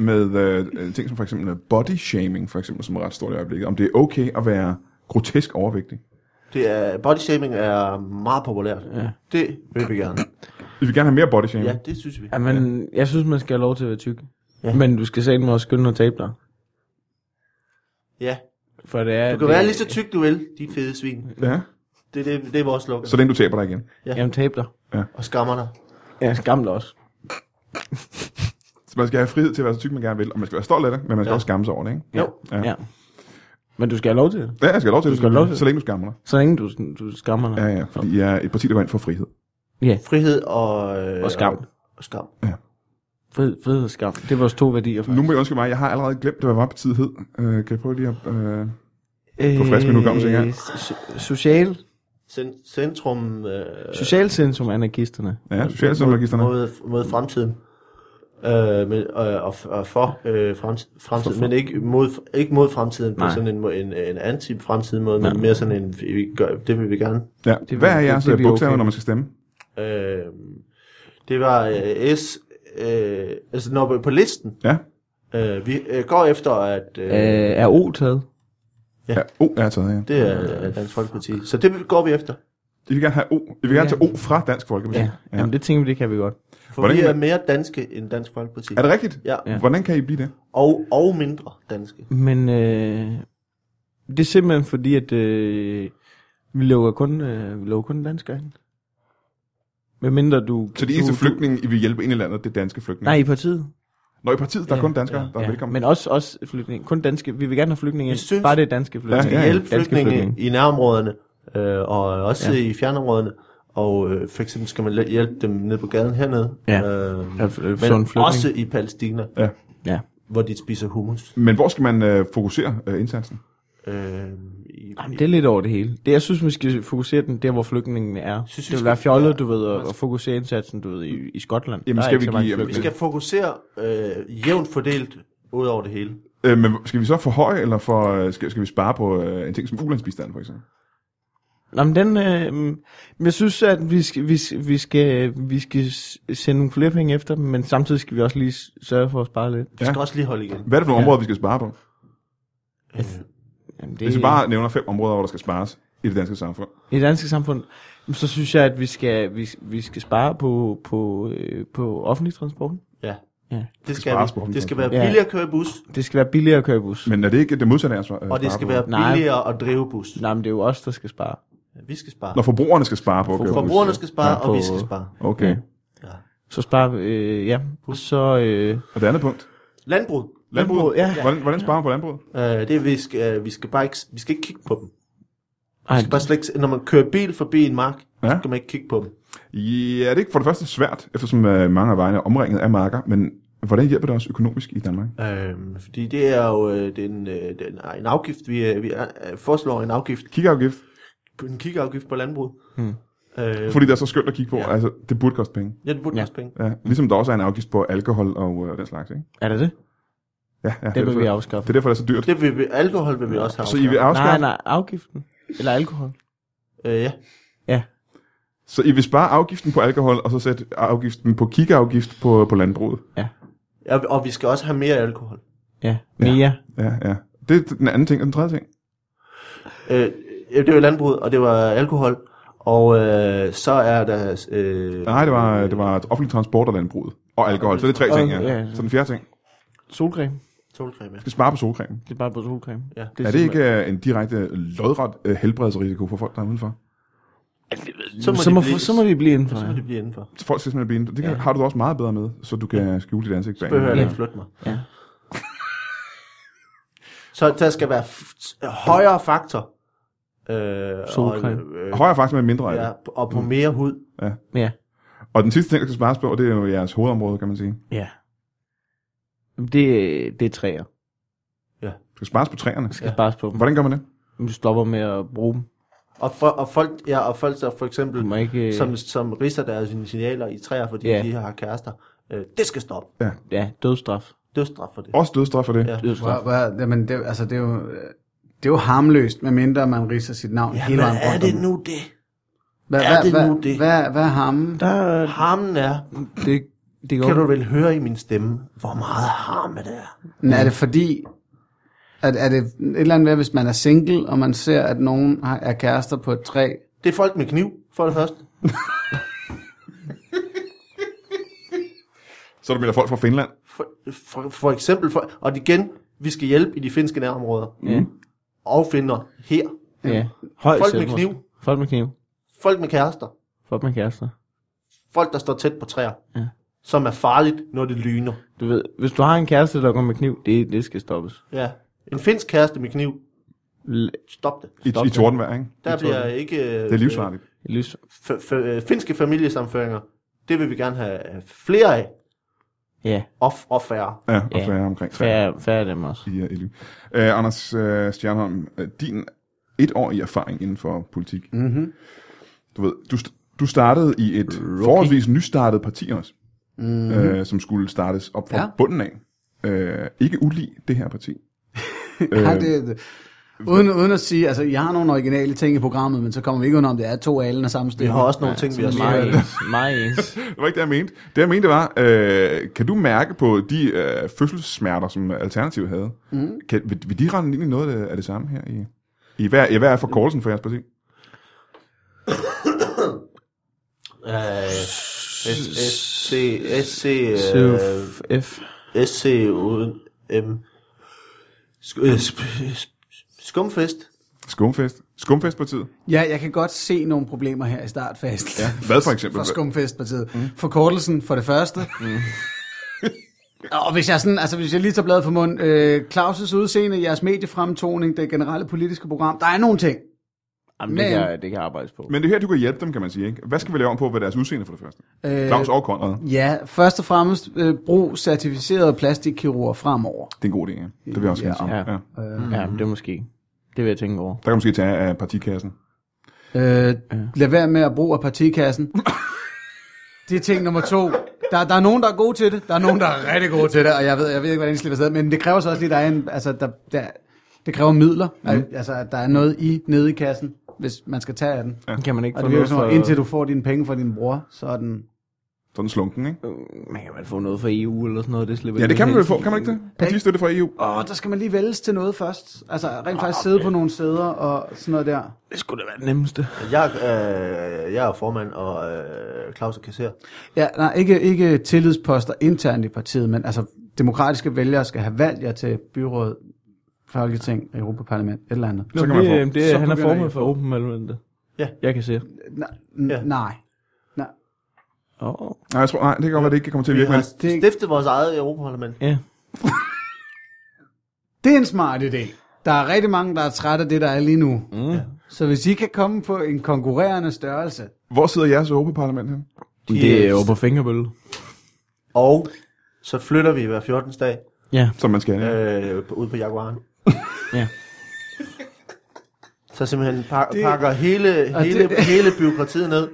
med øh, ting som for eksempel body shaming, for eksempel, som er ret stort i øjeblikket. Om det er okay at være grotesk overvægtig.
Det er, body shaming er meget populært. Ja. Det vil vi gerne.
Vi vil gerne have mere body shaming.
Ja, det synes vi.
Jamen, jeg synes, man skal have lov til at være tyk.
Ja.
Ja. Men du skal sætte mig også skynde dig og tabe dig.
Ja.
For det er...
Du kan
det,
være lige så tyk du vil, dit fede svin.
ja.
Det, det, det er vores slogan.
Så den du taber dig igen.
Jamen, tabe dig.
Og skammer dig.
Ja, skam dig også.
Så man skal have frihed til at være så tyk, man gerne vil. Og man skal være stolt af det, men man skal
Ja.
ja. også skamme sig over det, ikke?
Jo.
Ja.
Ja. ja. Men du skal have lov til det.
Ja, jeg skal have lov til det.
skal have lov til det.
Så længe du skammer dig.
Så længe du, du skammer dig.
Ja, ja, fordi jeg er et parti, der går ind for frihed.
ja.
Frihed og... Øh,
Og skam.
Og, og skam.
Frihed, frihed og skam. Det er vores to værdier, faktisk.
Nu må jeg undskylde mig, jeg har allerede glemt, hvad var partiet hed. Øh, kan jeg prøve lige at... Øh...
Øh,
Du er frisk med hukommelsen, ikke?
so- social,
Cen- Centrum... Øh,
social centrum anarkisterne.
Ja, socialsamlagisterne.
mod, mod fremtiden. Øh, med, øh, og, og for øh, fremtid, fremtiden, men ikke mod, ikke mod fremtiden på
Nej.
sådan en, må- en, en anti-fremtid måde, men mere sådan en, vi gør, det vil vi gerne.
Ja.
vil-
Hvad er
det-
jeres
det er vi
bogstaver,
okay med.
når man skal stemme?
Øh, det var øh, S, øh, altså når vi er på listen,
Ja.
øh, vi øh, går efter, at øh, øh.
Øh, er O taget?
Ja, O er taget, ja.
det er øh, Dansk Folkeparti, så det går vi efter.
I vil gerne have O. I vil gerne tage O fra Dansk Folkeparti.
Ja.
ja.
Jamen, det tænker vi, det kan vi godt.
For
Hvordan
Hvordan vi
kan
er mere danske end Dansk Folkeparti.
Er det rigtigt?
Ja,
Ja.
Hvordan kan I blive det?
og, og mindre danske.
Men øh, det er simpelthen fordi, at øh, vi lukker kun, øh, vi lukker kun danskere ind. Med mindre du...
Så de eneste
du, du-
flygtninge, I vil hjælpe ind i landet, det er danske flygtninge?
Nej, i partiet.
Når i partiet, der er kun danskere, der er
Ja.
velkommen.
Men også, også flygtninge. Kun danske. Vi vil gerne have flygtninge.
Jeg synes-
Bare det er danske flygtninge.
Ja,
ja,
ja.
hjælpe
Danske
flygtninge, flygtninge
flygtninge.
i nærområderne, øh, og også ja.
Ja.
i fjernområderne. Og øh, for eksempel skal man la- hjælpe dem ned på gaden hernede.
Ja.
Øh,
Ja, f- øh, sådan
men
en flygtning.
også i Palæstina,
Ja.
Ja.
hvor de spiser hummus.
Men hvor skal man øh, fokusere øh, indsatsen?
Øh, i,
Jamen, det er lidt over det hele. Det, jeg synes, vi skal fokusere den der, hvor flygtningene er.
Synes,
Synes,
vi
det vil
skal-
være
ja.
fjollet, du ved, at, at fokusere indsatsen, du ved, i, i Skotland.
Jamen,
Der er
skal
ikke
vi
så mange
give-
vi
flygtninge.
skal fokusere øh, jævnt fordelt ud over det hele.
Øh, men skal vi så forhøje, eller for, øh, skal, skal vi spare på øh, en ting som ulandsbistand, for eksempel?
Nå, men den, øh, mm, jeg synes, at vi skal, vi, skal- vi, skal, vi skal s- sende nogle flere penge efter dem, men samtidig skal vi også lige s- sørge for at spare lidt.
Vi
Ja.
skal også lige holde igen.
Hvad er det for nogle ja. områder, vi skal spare på?
Øh,
Jamen, det,
Hvis vi bare nævner fem områder, hvor der skal spares i det danske samfund.
I det danske samfund, mm, så synes jeg, at vi skal, vi, vi skal spare på, på, øh, på offentlig transport.
ja.
Ja.
Det skal,
spares på
vi.
dem,
det skal
altså.
være
Ja.
billigere at køre i bus,
Det skal være billigere at køre i bus. Men,
Men er det ikke det modsatte af at spare
og det skal
på?
være
Nej.
billigere at drive bus.
Nej, men det er jo os, der skal spare.
Vi skal spare.
Når forbrugerne skal spare på at køre bus.
Forbrugerne skal spare,
Ja,
og vi
på-
skal spare.
Okay.
Ja.
Så sparer vi, øh, ja, så... Øh,
Og det andet punkt?
Landbrug.
Landbruget?
ja.
Hvordan, hvordan sparer man på landbruget?
Øh, det er, vi skal, vi skal bare ikke, vi skal ikke kigge på dem.
ej,
Vi skal bare slet ikke, når man kører bil forbi en mark, ja.
Ja.
så skal man ikke kigge på dem.
Ja, er det ikke for det første svært, eftersom øh, mange af vejene er omringet af marker, men hvordan hjælper det os økonomisk i Danmark?
Øhm, fordi det er jo øh, den, øh, den, en afgift, vi, øh, vi er, øh, foreslår en afgift,
Kigafgift,
en kigafgift på landbruget.
Hmm.
Øh,
fordi det er så skønt at kigge på,
Ja.
ja. altså det burde koste penge.
ja, det burde
Ja.
ja. penge.
Ja, ligesom der også er en afgift på alkohol og øh, den slags, ikke?
er det det?
Ja, ja,
Det vil vi
derfor-
afskaffe.
det er derfor, det er så dyrt.
Det vil vi, alkohol vil vi også have.
Så I vil
Nej,
afskaffe,
nej, afgiften. Eller alkohol.
Øh, ja.
Ja,
så I vil spare afgiften på alkohol, og så sætte afgiften på kigafgift på, på landbruget.
ja. Og vi skal også have mere alkohol.
ja, mere.
Ja, ja. Det er den anden ting, og den tredje ting.
Øh, ja, det var landbruget, og det var alkohol. Og øh, så er der... Øh,
Nej, det var, det var offentlig transport og landbruget. Og alkohol, så det er tre ting,
Og-
ja.
ja.
Så den fjerde ting.
Solcreme.
Solcreme, ja.
Vi skal spare på solcreme.
Det er bare på solcreme.
Ja.
Er det ikke øh, en direkte lodret øh, helbredsrisiko for folk, der er udenfor?
Så må
så,
de
må,
blive-
så må de blive indenfor.
Så må
Ja.
det blive indenfor.
Så folk skal simpelthen blive ind- Det kan, ja. har du da også meget bedre med, så du kan skjule dit ansigt bag.
behøver jeg
Ja.
ikke flytte mig.
Ja.
Så der skal være f- højere faktor. Øh,
Solcreme.
Og, øh,
Højere faktisk med mindre af
ja,
det.
og på mere hud.
ja.
Og den sidste ting, der skal spares på, det er jo jeres hovedområde, kan man sige.
ja. Jamen, Det, det er træer.
Der skal spares på træerne.
Man skal ja. spares på dem.
Hvordan gør man det?
Men Du stopper med at bruge dem.
Og, for, og folk, ja, og folk der for
Du må
eksempel,
ikke...
som, som rister deres signaler i træer, fordi
Ja.
de har kærester, øh, det skal stoppe.
Ja, dødstraf.
dødsstraf for det.
Også dødsstraf for det.
Ja.
Hvor, hvor, jamen, det, er jo- altså, det, er jo, øh, det er jo harmløst, medmindre man riser sit navn ja, hele
Hvad
vejen
er
rundt.
det
om.
nu det?
Hvad,
er
hvad,
det
hvad,
nu det?
Hvad, hvad er harmen?
Der,
Harmen er,
det, det går.
kan du vel høre i min stemme, hvor meget harme der er.
Men er det fordi, at, er det et eller andet med, hvis man er single, og man ser, at nogen har- er kærester på et træ?
Det er folk med kniv, for det første.
Så er der melder folk fra Finland.
For, for, for eksempel, for, og igen, vi skal hjælpe i de finske nærområder.
Ja.
Og finder her.
Ja. Høj
Folk med
selvmord.
kniv.
Mm. Folk med kniv.
Folk med kærester.
Folk med kærester.
Folk, der står tæt på træer.
Ja.
Som er farligt, når det lyner.
Du ved, hvis du har en kæreste, der går med kniv, det, det skal stoppes.
Ja. En finsk kæreste med kniv.
L-
Stop det.
I,
Stop
i
det.
tordenvejr, ikke?
Der
Det tror
bliver
jeg.
ikke...
Det er livsfarligt.
lys.
f- f- øh, finske familiesamføringer, det vil vi gerne have øh, flere af,
Ja,
og, f- og færre.
Ja, og
Ja.
færre omkring.
færre, færre af dem også.
I, øh, Elly. Øh, Anders øh, Stjernholm, øh, din et år i erfaring inden for politik.
Mm-hmm.
Du ved, du, st- du startede i et forholdsvis nystartet parti også,
Mm.
øh, som skulle startes op fra
Ja.
bunden af. Øh, ikke ulig det her parti. øh,
Ja, det, det. Uden, uden at sige, altså, jeg har nogle originale ting i programmet, men så kommer vi ikke udenom, det er to alen af samme sted.
Vi har også nogle ting, vi har
Meget
snakket om.
ens. Meget ens.
Det var ikke det, jeg mente. Det, jeg mente var, øh, kan du mærke på de øh, fødselssmerter, som Alternativet havde? Mm. Kan, vil, vil de rende ind i noget af det samme her? I, i hvad, ja, hvad er forkortelsen for jeres parti?
Øh, S- SC, SC, øh,
Syv F.
SC uden M. Sk- øh, sp- sp- Skumfest.
Skumfest? Skumfestpartiet?
Ja, jeg kan godt se nogle problemer her i startfasen. Ja,
hvad for eksempel?
For skumfestpartiet. Mm. Forkortelsen for det første. Mm. Og hvis jeg, sådan, altså hvis jeg lige tager bladet fra munden, øh, Claus' udseende, jeres mediefremtoning, det generelle politiske program, der er nogle ting.
Jamen, det,
Men-
kan, det kan arbejdes på.
Men det er her, du kan hjælpe dem, kan man sige. Ikke? Hvad skal vi lave om på ved deres udseende for det første? Øh... Claus og Conrad.
Ja, først og fremmest øh, brug certificerede plastikkirurger fremover.
Det er en god idé, ja. Det vil jeg også gerne sige.
Ja.
Ja.
Mm. Ja, men det er måske. Det vil jeg tænke over.
Der kan man måske tage af partikassen.
Øh, lad være med at bruge af partikassen. det er ting nummer to. Der, der er nogen, der er gode til det. Der er nogen, der er rigtig gode til det, og jeg ved, jeg ved ikke, hvordan de slipper sted. Men det kræver så også lige, der er en, altså, der, der, det kræver midler. Mm. Al, altså, at der er noget i nede i kassen, hvis man skal tage af den.
Ja.
Kan man ikke
Og
få
det virker
noget
som,
for,
at indtil du får dine penge fra din bror, så er den...
Sådan slunken, ikke?
Øh, Man kan vel få noget fra EU eller sådan noget, det slipper
Ja,
de
det kan man
vel
vel få, kan man ikke det? Partistøtte fra E EU.
Åh, der skal man lige vælges til noget først. Altså, rent faktisk sidde på nogle sæder og sådan noget der.
Det skulle da være det nemmeste.
Jeg, øh, jeg er formand, og øh, Claus er kasser.
Ja, nej, ikke, ikke tillidsposter internt i partiet, men altså demokratiske vælgere skal have valgt jer til byråd, folketing, Europaparlament, et eller andet.
Så kan man få.
det, det,
Så
han er
begynder
formand
I.
for Open Parlamentet.
Ja.
Jeg kan se.
Nej, ja.
Ja.
nej. nej.
Åh,
Nej, jeg tror, nej, det kan godt være, det ikke kan komme til at
Vi
virke.
har
Men
det-
stiftet vores eget Europaparlament.
ja.
Det er en smart idé. Der er rigtig mange, der er trætte af det, der er lige nu.
Mm. ja.
Så hvis I kan komme på en konkurrerende størrelse,
hvor sidder jeres Europaparlament hen?
Det er jo på fingerbølle.
Og så flytter vi hver 14. dag
Ja.
Som man skal have.
øh, på- ud på Jaguaren.
Ja.
Så simpelthen pak-
Det-
det, pakker hele,
Og
hele,
det-
det, hele byråkratiet ned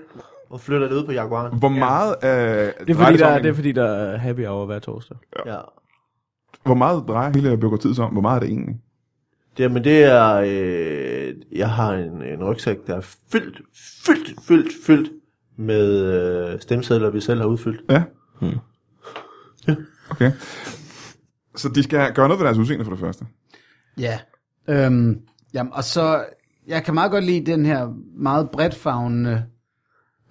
og flytter det ud på Jaguaren.
Hvor meget, øh,
Det er,
drejer
fordi,
sig
der,
om
er- det er
egentlig?
fordi, der er happy hour hver torsdag.
Ja.
hvor meget drejer hele byråkratiet sig om? Hvor meget er det egentlig?
Jamen det er, øh, jeg har en, en rygsæk, der er fyldt, fyldt, fyldt, fyldt med øh, stemmesedler, vi selv har udfyldt.
Ja.
Hmm.
Ja. Okay. Så de skal gøre noget ved deres udseende for det første.
Ja. Øhm, jamen, og så, jeg kan meget godt lide den her meget bredtfagende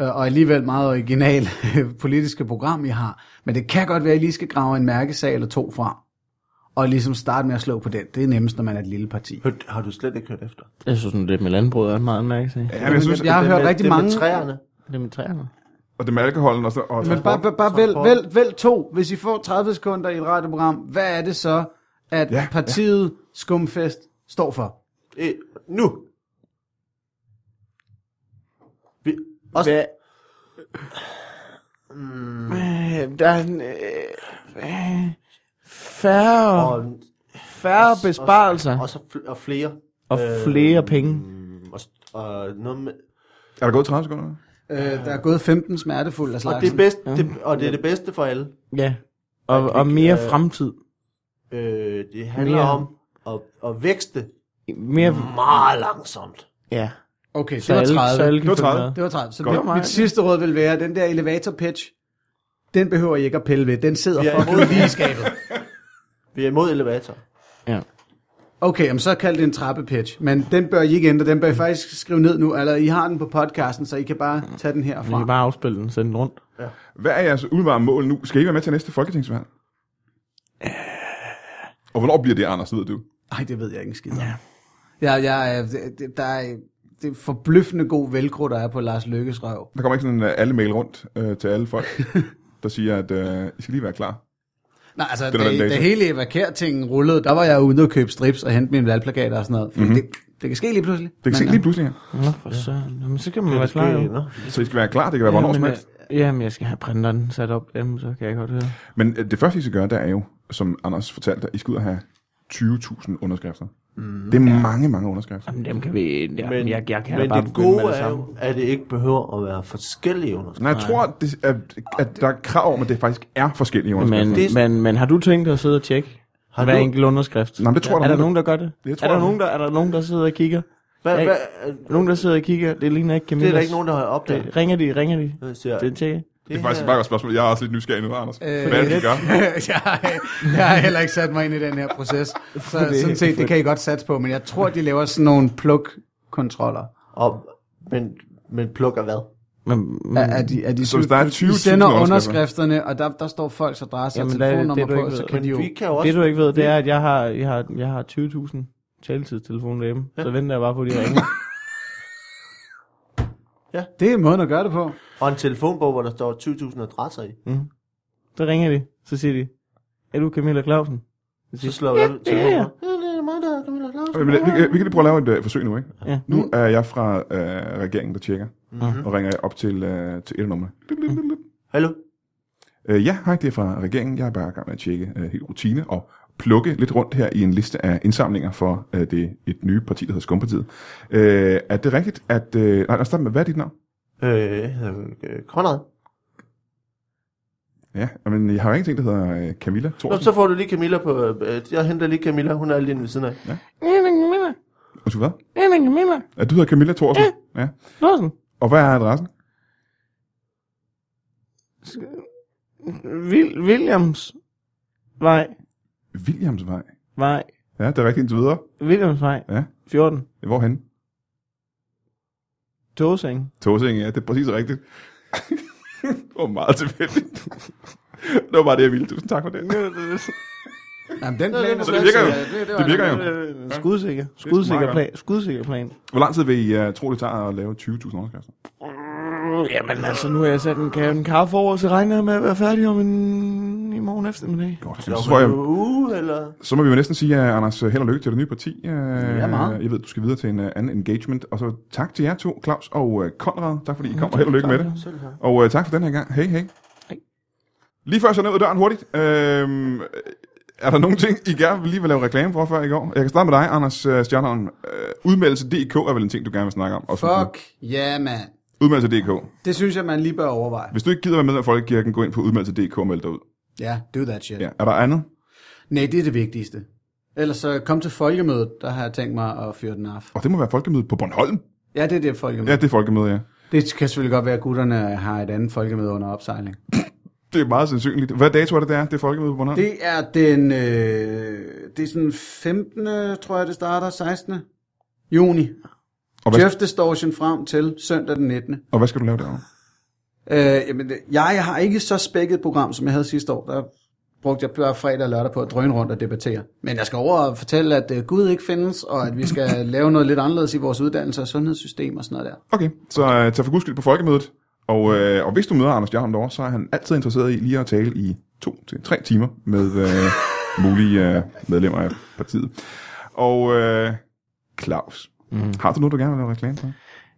øh, og alligevel meget originale politiske program, I har. Men det kan godt være, at I lige skal grave en mærkesag eller to frem. Og ligesom starte med at slå på den. Det er nemmest, når man er et lille parti.
Hør, har du slet ikke hørt efter?
Jeg synes, sådan, det med landbruget er en meget mærkelig
Ja, men jeg synes,
Jeg har
Det
hørt
med,
rigtig
det
mange...
Med træerne.
Det med træerne.
og det med alkoholen og, så, og
Men bare, bare, bare vælg,
Transport.
vælg, vælg to. Hvis I får 30 sekunder i et radioprogram, hvad er det så, at
Ja, ja.
ja, partiet ja. Skumfest står for?
Øh, nu! Vi, også,
Hvad? Mm. Der er en, øh, øh, færre,
og,
færre
Og,
besparelser
så fl- og flere.
og flere penge.
Mm, og, s- og noget med,
Er der gået 30 sekunder?
Øh, der er gået 15 smertefulde af
og det,
slagsen.
er bedst, det, og det er det bedste for alle.
øh, Ja. Og, og mere fremtid.
Øh, det handler
Mere-
om at, at vækste
Mere,
meget langsomt.
ja.
Okay, så,
Så
det var
alle,
30.
så alle kan
Det var
følge
30.
med.
Det var 30. Så
Godt.
mit, mit sidste råd vil være, den der elevator pitch, den behøver I ikke at pille ved. Den sidder
Vi er
ja,
imod
fucking lige i skabet.
Vi er imod elevator.
Ja.
Okay, jamen så kald det en trappepitch, men den bør I ikke ændre, den bør I faktisk skrive ned nu, eller I har den på podcasten, så I kan bare tage den
Vi kan
herfra.
bare afspille den, sende den rundt.
Hvad er jeres umiddelbare mål nu? Skal I være med til næste folketingsvalg? Og hvornår bliver det, Anders, ved du?
Nej, det ved jeg ikke en skid om. Ja, jeg, er- det- det- der er det er forbløffende god velcro, der er på Lars Lykkes røv.
Der kommer ikke sådan en øh, alle mail rundt øh, til alle folk, der siger, at øh, I skal lige være klar.
Nej, altså,
er den
da, da
dato.
hele Eva Kjær-tingen rullede, der var jeg ude og købe strips og hente mine valgplakater og sådan noget. Mm-hmm. Det, det kan ske lige pludselig.
Det kan se lige pludselig her.
Nå, for søren. Jamen, så kan man være klar. Jo.
Nå.
Så I skal være klar, det kan være hvornår som
Jamen,
helst.
øh, jamen, jeg skal have printeren sat op derhjemme, så kan jeg godt høre.
Men øh, det første, I skal gøre, det er jo, som Anders fortalte, at I skal ud og have 20.000 underskrifter. Mm, det er mange, mange underskrifter.
Jamen, dem kan vi... Ja, men,
Men,
jeg, jeg kan da
men
bare
det
begynde med
gode
det
er
samme.
jo, at det ikke behøver at være forskellige underskrifter.
Nej, jeg tror, at, det, at, at der er krav om, at det faktisk er forskellige underskrifter.
Men,
Men,
Det er-
men, men har du tænkt dig at sidde og tjekke har
Har
hver
du-
enkelt underskrift?
Nå, men det tror jeg, der
er
er
der
nogen,
nogen, der gør det?
Det tror
er, der
jeg.
nogen, der, er der nogen, der sidder og kigger?
Hvad,
Ja,
hvad,
Er Nogen, der sidder og kigger? Det ligner ikke
det
Camillas.
er der ikke nogen, Øh, der har opdaget.
Det, ringer de, ringer de?
Jeg siger,
Det er tjekker.
det er faktisk bare et spørgsmål. Jeg er også lidt nysgerrig nu, Anders. Øh,
Øh,
Hvad er det, de gør?
jeg, har- jeg har heller ikke sat mig ind i den her proces. Så
Fordi-
sådan set, det kan I godt satse på, men jeg tror, de laver sådan nogle pluk-kontroller.
Og, men, men plukker hvad?
Men,
Er, er de, er de,
Så hvis der er
de
20.000
sender
underskrifter.
underskrifterne, og der, der står folks adresse og
Jamen, der er-
telefonnummer
det er du
på,
ikke
så
ved.
kan de jo...
Vi kan jo også...
det du ikke ved, det er, at jeg har, jeg har, jeg har 20.000 taletidstelefoner derhjemme. Så venter jeg bare på, at de ringer.
Det er måden at gøre det på.
Og en telefonbog, hvor der står 20.000 adresser i.
Så ringer de, så siger de, er du Camilla Clausen?
Så slår jeg
det er jeg.
telefonen. Ja, det er mig, der er Camilla Clausen.
Øh, men Vi, kan- vi kan lige prøve at lave et øh, forsøg nu, ikke?
Ja.
Nu er jeg fra øh, regeringen, der tjekker, mm-hmm. og ringer jeg op til, øh, til et nummer.
Hallo?
Øh, ja, hej, det er fra regeringen. Jeg er bare i gang med at tjekke øh, helt rutine og plukke lidt rundt her i en liste af indsamlinger for øh, det, et nye parti, der hedder Skumpartiet. Øh, er det rigtigt, at... Øh, nej, lad os starte med, hvad er dit navn?
Øh, jeg hedder, øh, Conrad.
Ja, men jeg har ingenting, der hedder øh, Camilla
Nå,
Thorsen.
så får du lige Camilla på... Øh, jeg henter lige Camilla, hun er lige inde ved siden af.
Jeg er Camilla.
Undskyld, hvad?
Jeg er Camilla.
Er du hedder Camilla Thorsen? Ja. ja.
Clausen.
Og hvad er adressen?
Vil, Williams. Vej.
Williamsvej.
Vej.
Ja, det er rigtigt indtil videre.
Williamsvej.
Ja.
14.
Hvorhen?
Tåsing.
Tåsing, ja, det er præcis rigtigt. det var meget tilfældigt. det var bare det, jeg ville. Tusind tak for det.
Jamen, den plan er
Så det virker jo.
Det, det var
Det virker jo.
Øh, Skudsikker. Skudsikker plan. Skudsikker plan.
Hvor lang tid vil I uh, tro, det tager at lave 20.000 overskrifter?
Jamen altså, nu har jeg sat en, ka- en kaffe over, så regner jeg med at være færdig om en, i morgen eftermiddag.
Godt, så, tror jeg,
Uh, eller...
så må vi jo næsten sige, uh, Anders, held og lykke til det nye parti. Uh, ja,
meget.
Jeg ved, du skal videre til en uh, anden engagement. Og så tak til jer to, Claus og uh, Konrad. Tak fordi I kom, og held og lykke med det.
Selv her.
Og uh, tak for den her gang. Hej, hej.
Hej.
Lige før jeg så ned ad døren hurtigt. Uh, er der nogle ting, I gerne vil lige vil lave reklame for før i går? Jeg kan starte med dig, Anders uh, Stjernholm. Uh, udmeldelse DK er vel en ting, du gerne vil snakke om? Også
Fuck, ja, yeah, mand.
Udmeldelse DK.
Det synes jeg, man lige bør overveje.
Hvis du ikke gider være med af Folkekirken, gå ind på udmeldelse.dk og meld dig ud.
Ja, do that shit.
Ja. Er der andet?
Nej, det er det vigtigste. Ellers så kom til folkemødet, der har jeg tænkt mig at fyre den af.
Og det må være folkemøde på Bornholm.
Ja, det er det
Ja,
folkemøde.
det er folkemøde, ja.
Det kan selvfølgelig godt være, at gutterne har et andet folkemøde under opsejling.
Det er meget sandsynligt. Hvad dato er det, det er? Det er folkemøde på Bornholm? Det...
Det er den, øh, det er sådan 15. tror jeg, det starter, 16. juni.
Og hvad,
Jeff Distortion frem til søndag den 19.
og hvad skal du lave derovre?
Øh, jamen, det- jeg har ikke så spækket program, som jeg havde sidste år. Der brugte jeg bare fredag og lørdag på at drøne rundt og debattere. Men jeg skal over og fortælle, at øh, Gud ikke findes, og at vi skal lave noget lidt anderledes i vores uddannelse og sundhedssystem og sådan noget der.
Okay, så uh, tag for guds skyld på folkemødet. Og, øh, og hvis du møder Anders Jarm derovre, så er han altid interesseret i lige at tale i to til tre timer med øh, mulige øh, medlemmer af partiet. Og øh, Claus,
Mhm.
mm. har du noget, du gerne vil lave reklame for?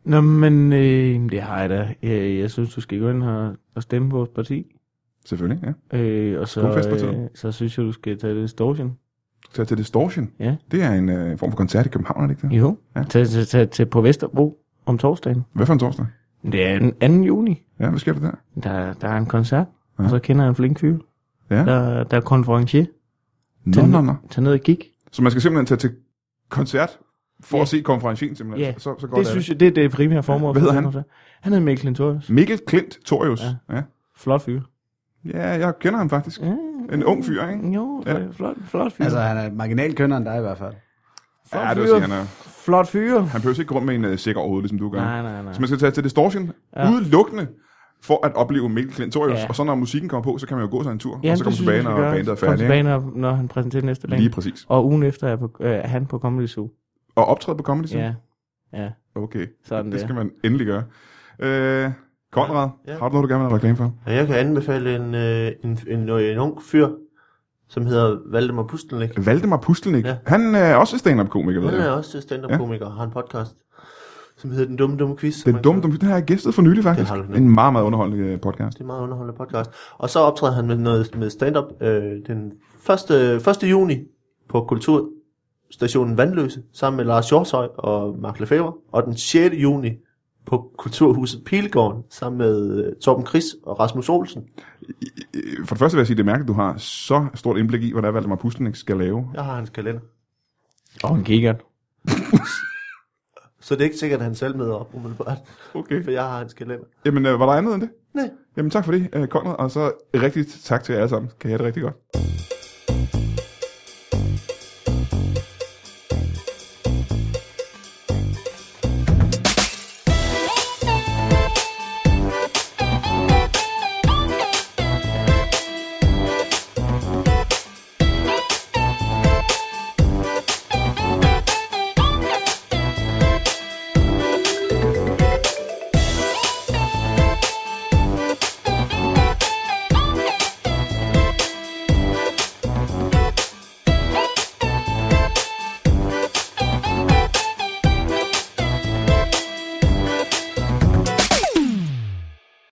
Nå, men øh, det har jeg da. Jeg, jeg synes, du skal gå ind og, og stemme på vores parti.
Selvfølgelig, ja.
Øh, og
Gode
så,
festpartier.
øh, så synes jeg, du skal tage det distortion.
Tag til Distortion.
Ja.
Det er en øh, form for koncert i København, er det ikke det?
Jo.
Ja.
Tag, tag, tag, tag på Vesterbro om torsdagen.
Hvad for en torsdag?
Det er den 2. juni.
Ja, hvad sker der der?
Der, der er en koncert, ja. og så kender jeg en flink fyr.
Ja.
Der, der er konferencier.
Nå,
Tag,
nå,
ned-
nå.
tag ned og kig.
Så man skal simpelthen tage til koncert for
Ja.
at se konferencen simpelthen.
Ja.
Så, så går
Det
det.
synes jeg, det er det primære formål.
Hvad
for
hedder han?
Sandhoff. Han hedder Mikkel Klintorius.
Mikkel Klint Torius. Ja. ja.
Flot fyr.
Ja, jeg kender ham faktisk.
Ja.
En ung fyr, ikke?
Jo,
Ja.
ja. flot, flot fyr.
Altså,
Altså,
han er marginalt kønnere end dig i hvert fald.
flot
ja, det vil
fyr.
sige, han er.
Flot fyr.
Han behøver ikke gå rundt med en uh, sikker overhovedet, ligesom du gør.
Nej, nej, nej.
Så man skal tage til Distortion
Ja.
ja. udelukkende for at opleve Mikkel Klintorius.
Ja.
Ja. Og så når musikken kommer på, så kan man jo gå sig en tur.
Ja,
og så
det
kommer
synes jeg,
tilbage,
vi skal
når
gøre.
bandet er
Kom
færdig.
tilbage, når, når han præsenterer den næste
ikke? Lige
band.
præcis.
Og ugen efter er, på, øh, er han på Comedy Zoo.
Og optræde på Comedy Zoo?
Ja. Ja,
Okay,
sådan
det
der.
skal man endelig gøre. Øh, Konrad,
Ja.
ja. har du noget, du gerne vil have reklame for?
Og jeg kan anbefale en, øh, en, en, en, en ung fyr, som hedder Valdemar Pustelnik.
Valdemar Pustelnik.
Ja.
Ja. Han er også stand-up-komiker, ved
Han er
jeg.
også stand-up-komiker og har en podcast, som hedder Den Dumme Dumme Quiz. som
Den
man
dumme,
kan-
dumme, den har jeg gæstet for nylig, faktisk.
har du nemlig.
en meget, meget underholdende øh, podcast.
Det er en meget underholdende podcast. Og så optræder han med noget med stand-up øh, den 1. 1. juni på Kulturstationen Vandløse, sammen med Lars Hjortøj og Mark Lefebvre. Og den 6. juni på Kulturhuset Pilgården, sammen med øh, Torben Chris og Rasmus Olsen.
Øh, For det første vil jeg sige, det er mærkeligt, at du har så stort indblik i, hvad der er, Valdemar Pustelnik skal lave.
Jeg har hans kalender.
Og en kikkert.
Så det er ikke sikkert, at han selv møder op umiddelbart,
Okay.
for jeg har hans kalender.
Jamen, øh, var der andet end det?
Nej.
Jamen, tak for det, øh, Konrad. Og så rigtig tak til jer alle sammen. Kan I have det rigtig godt.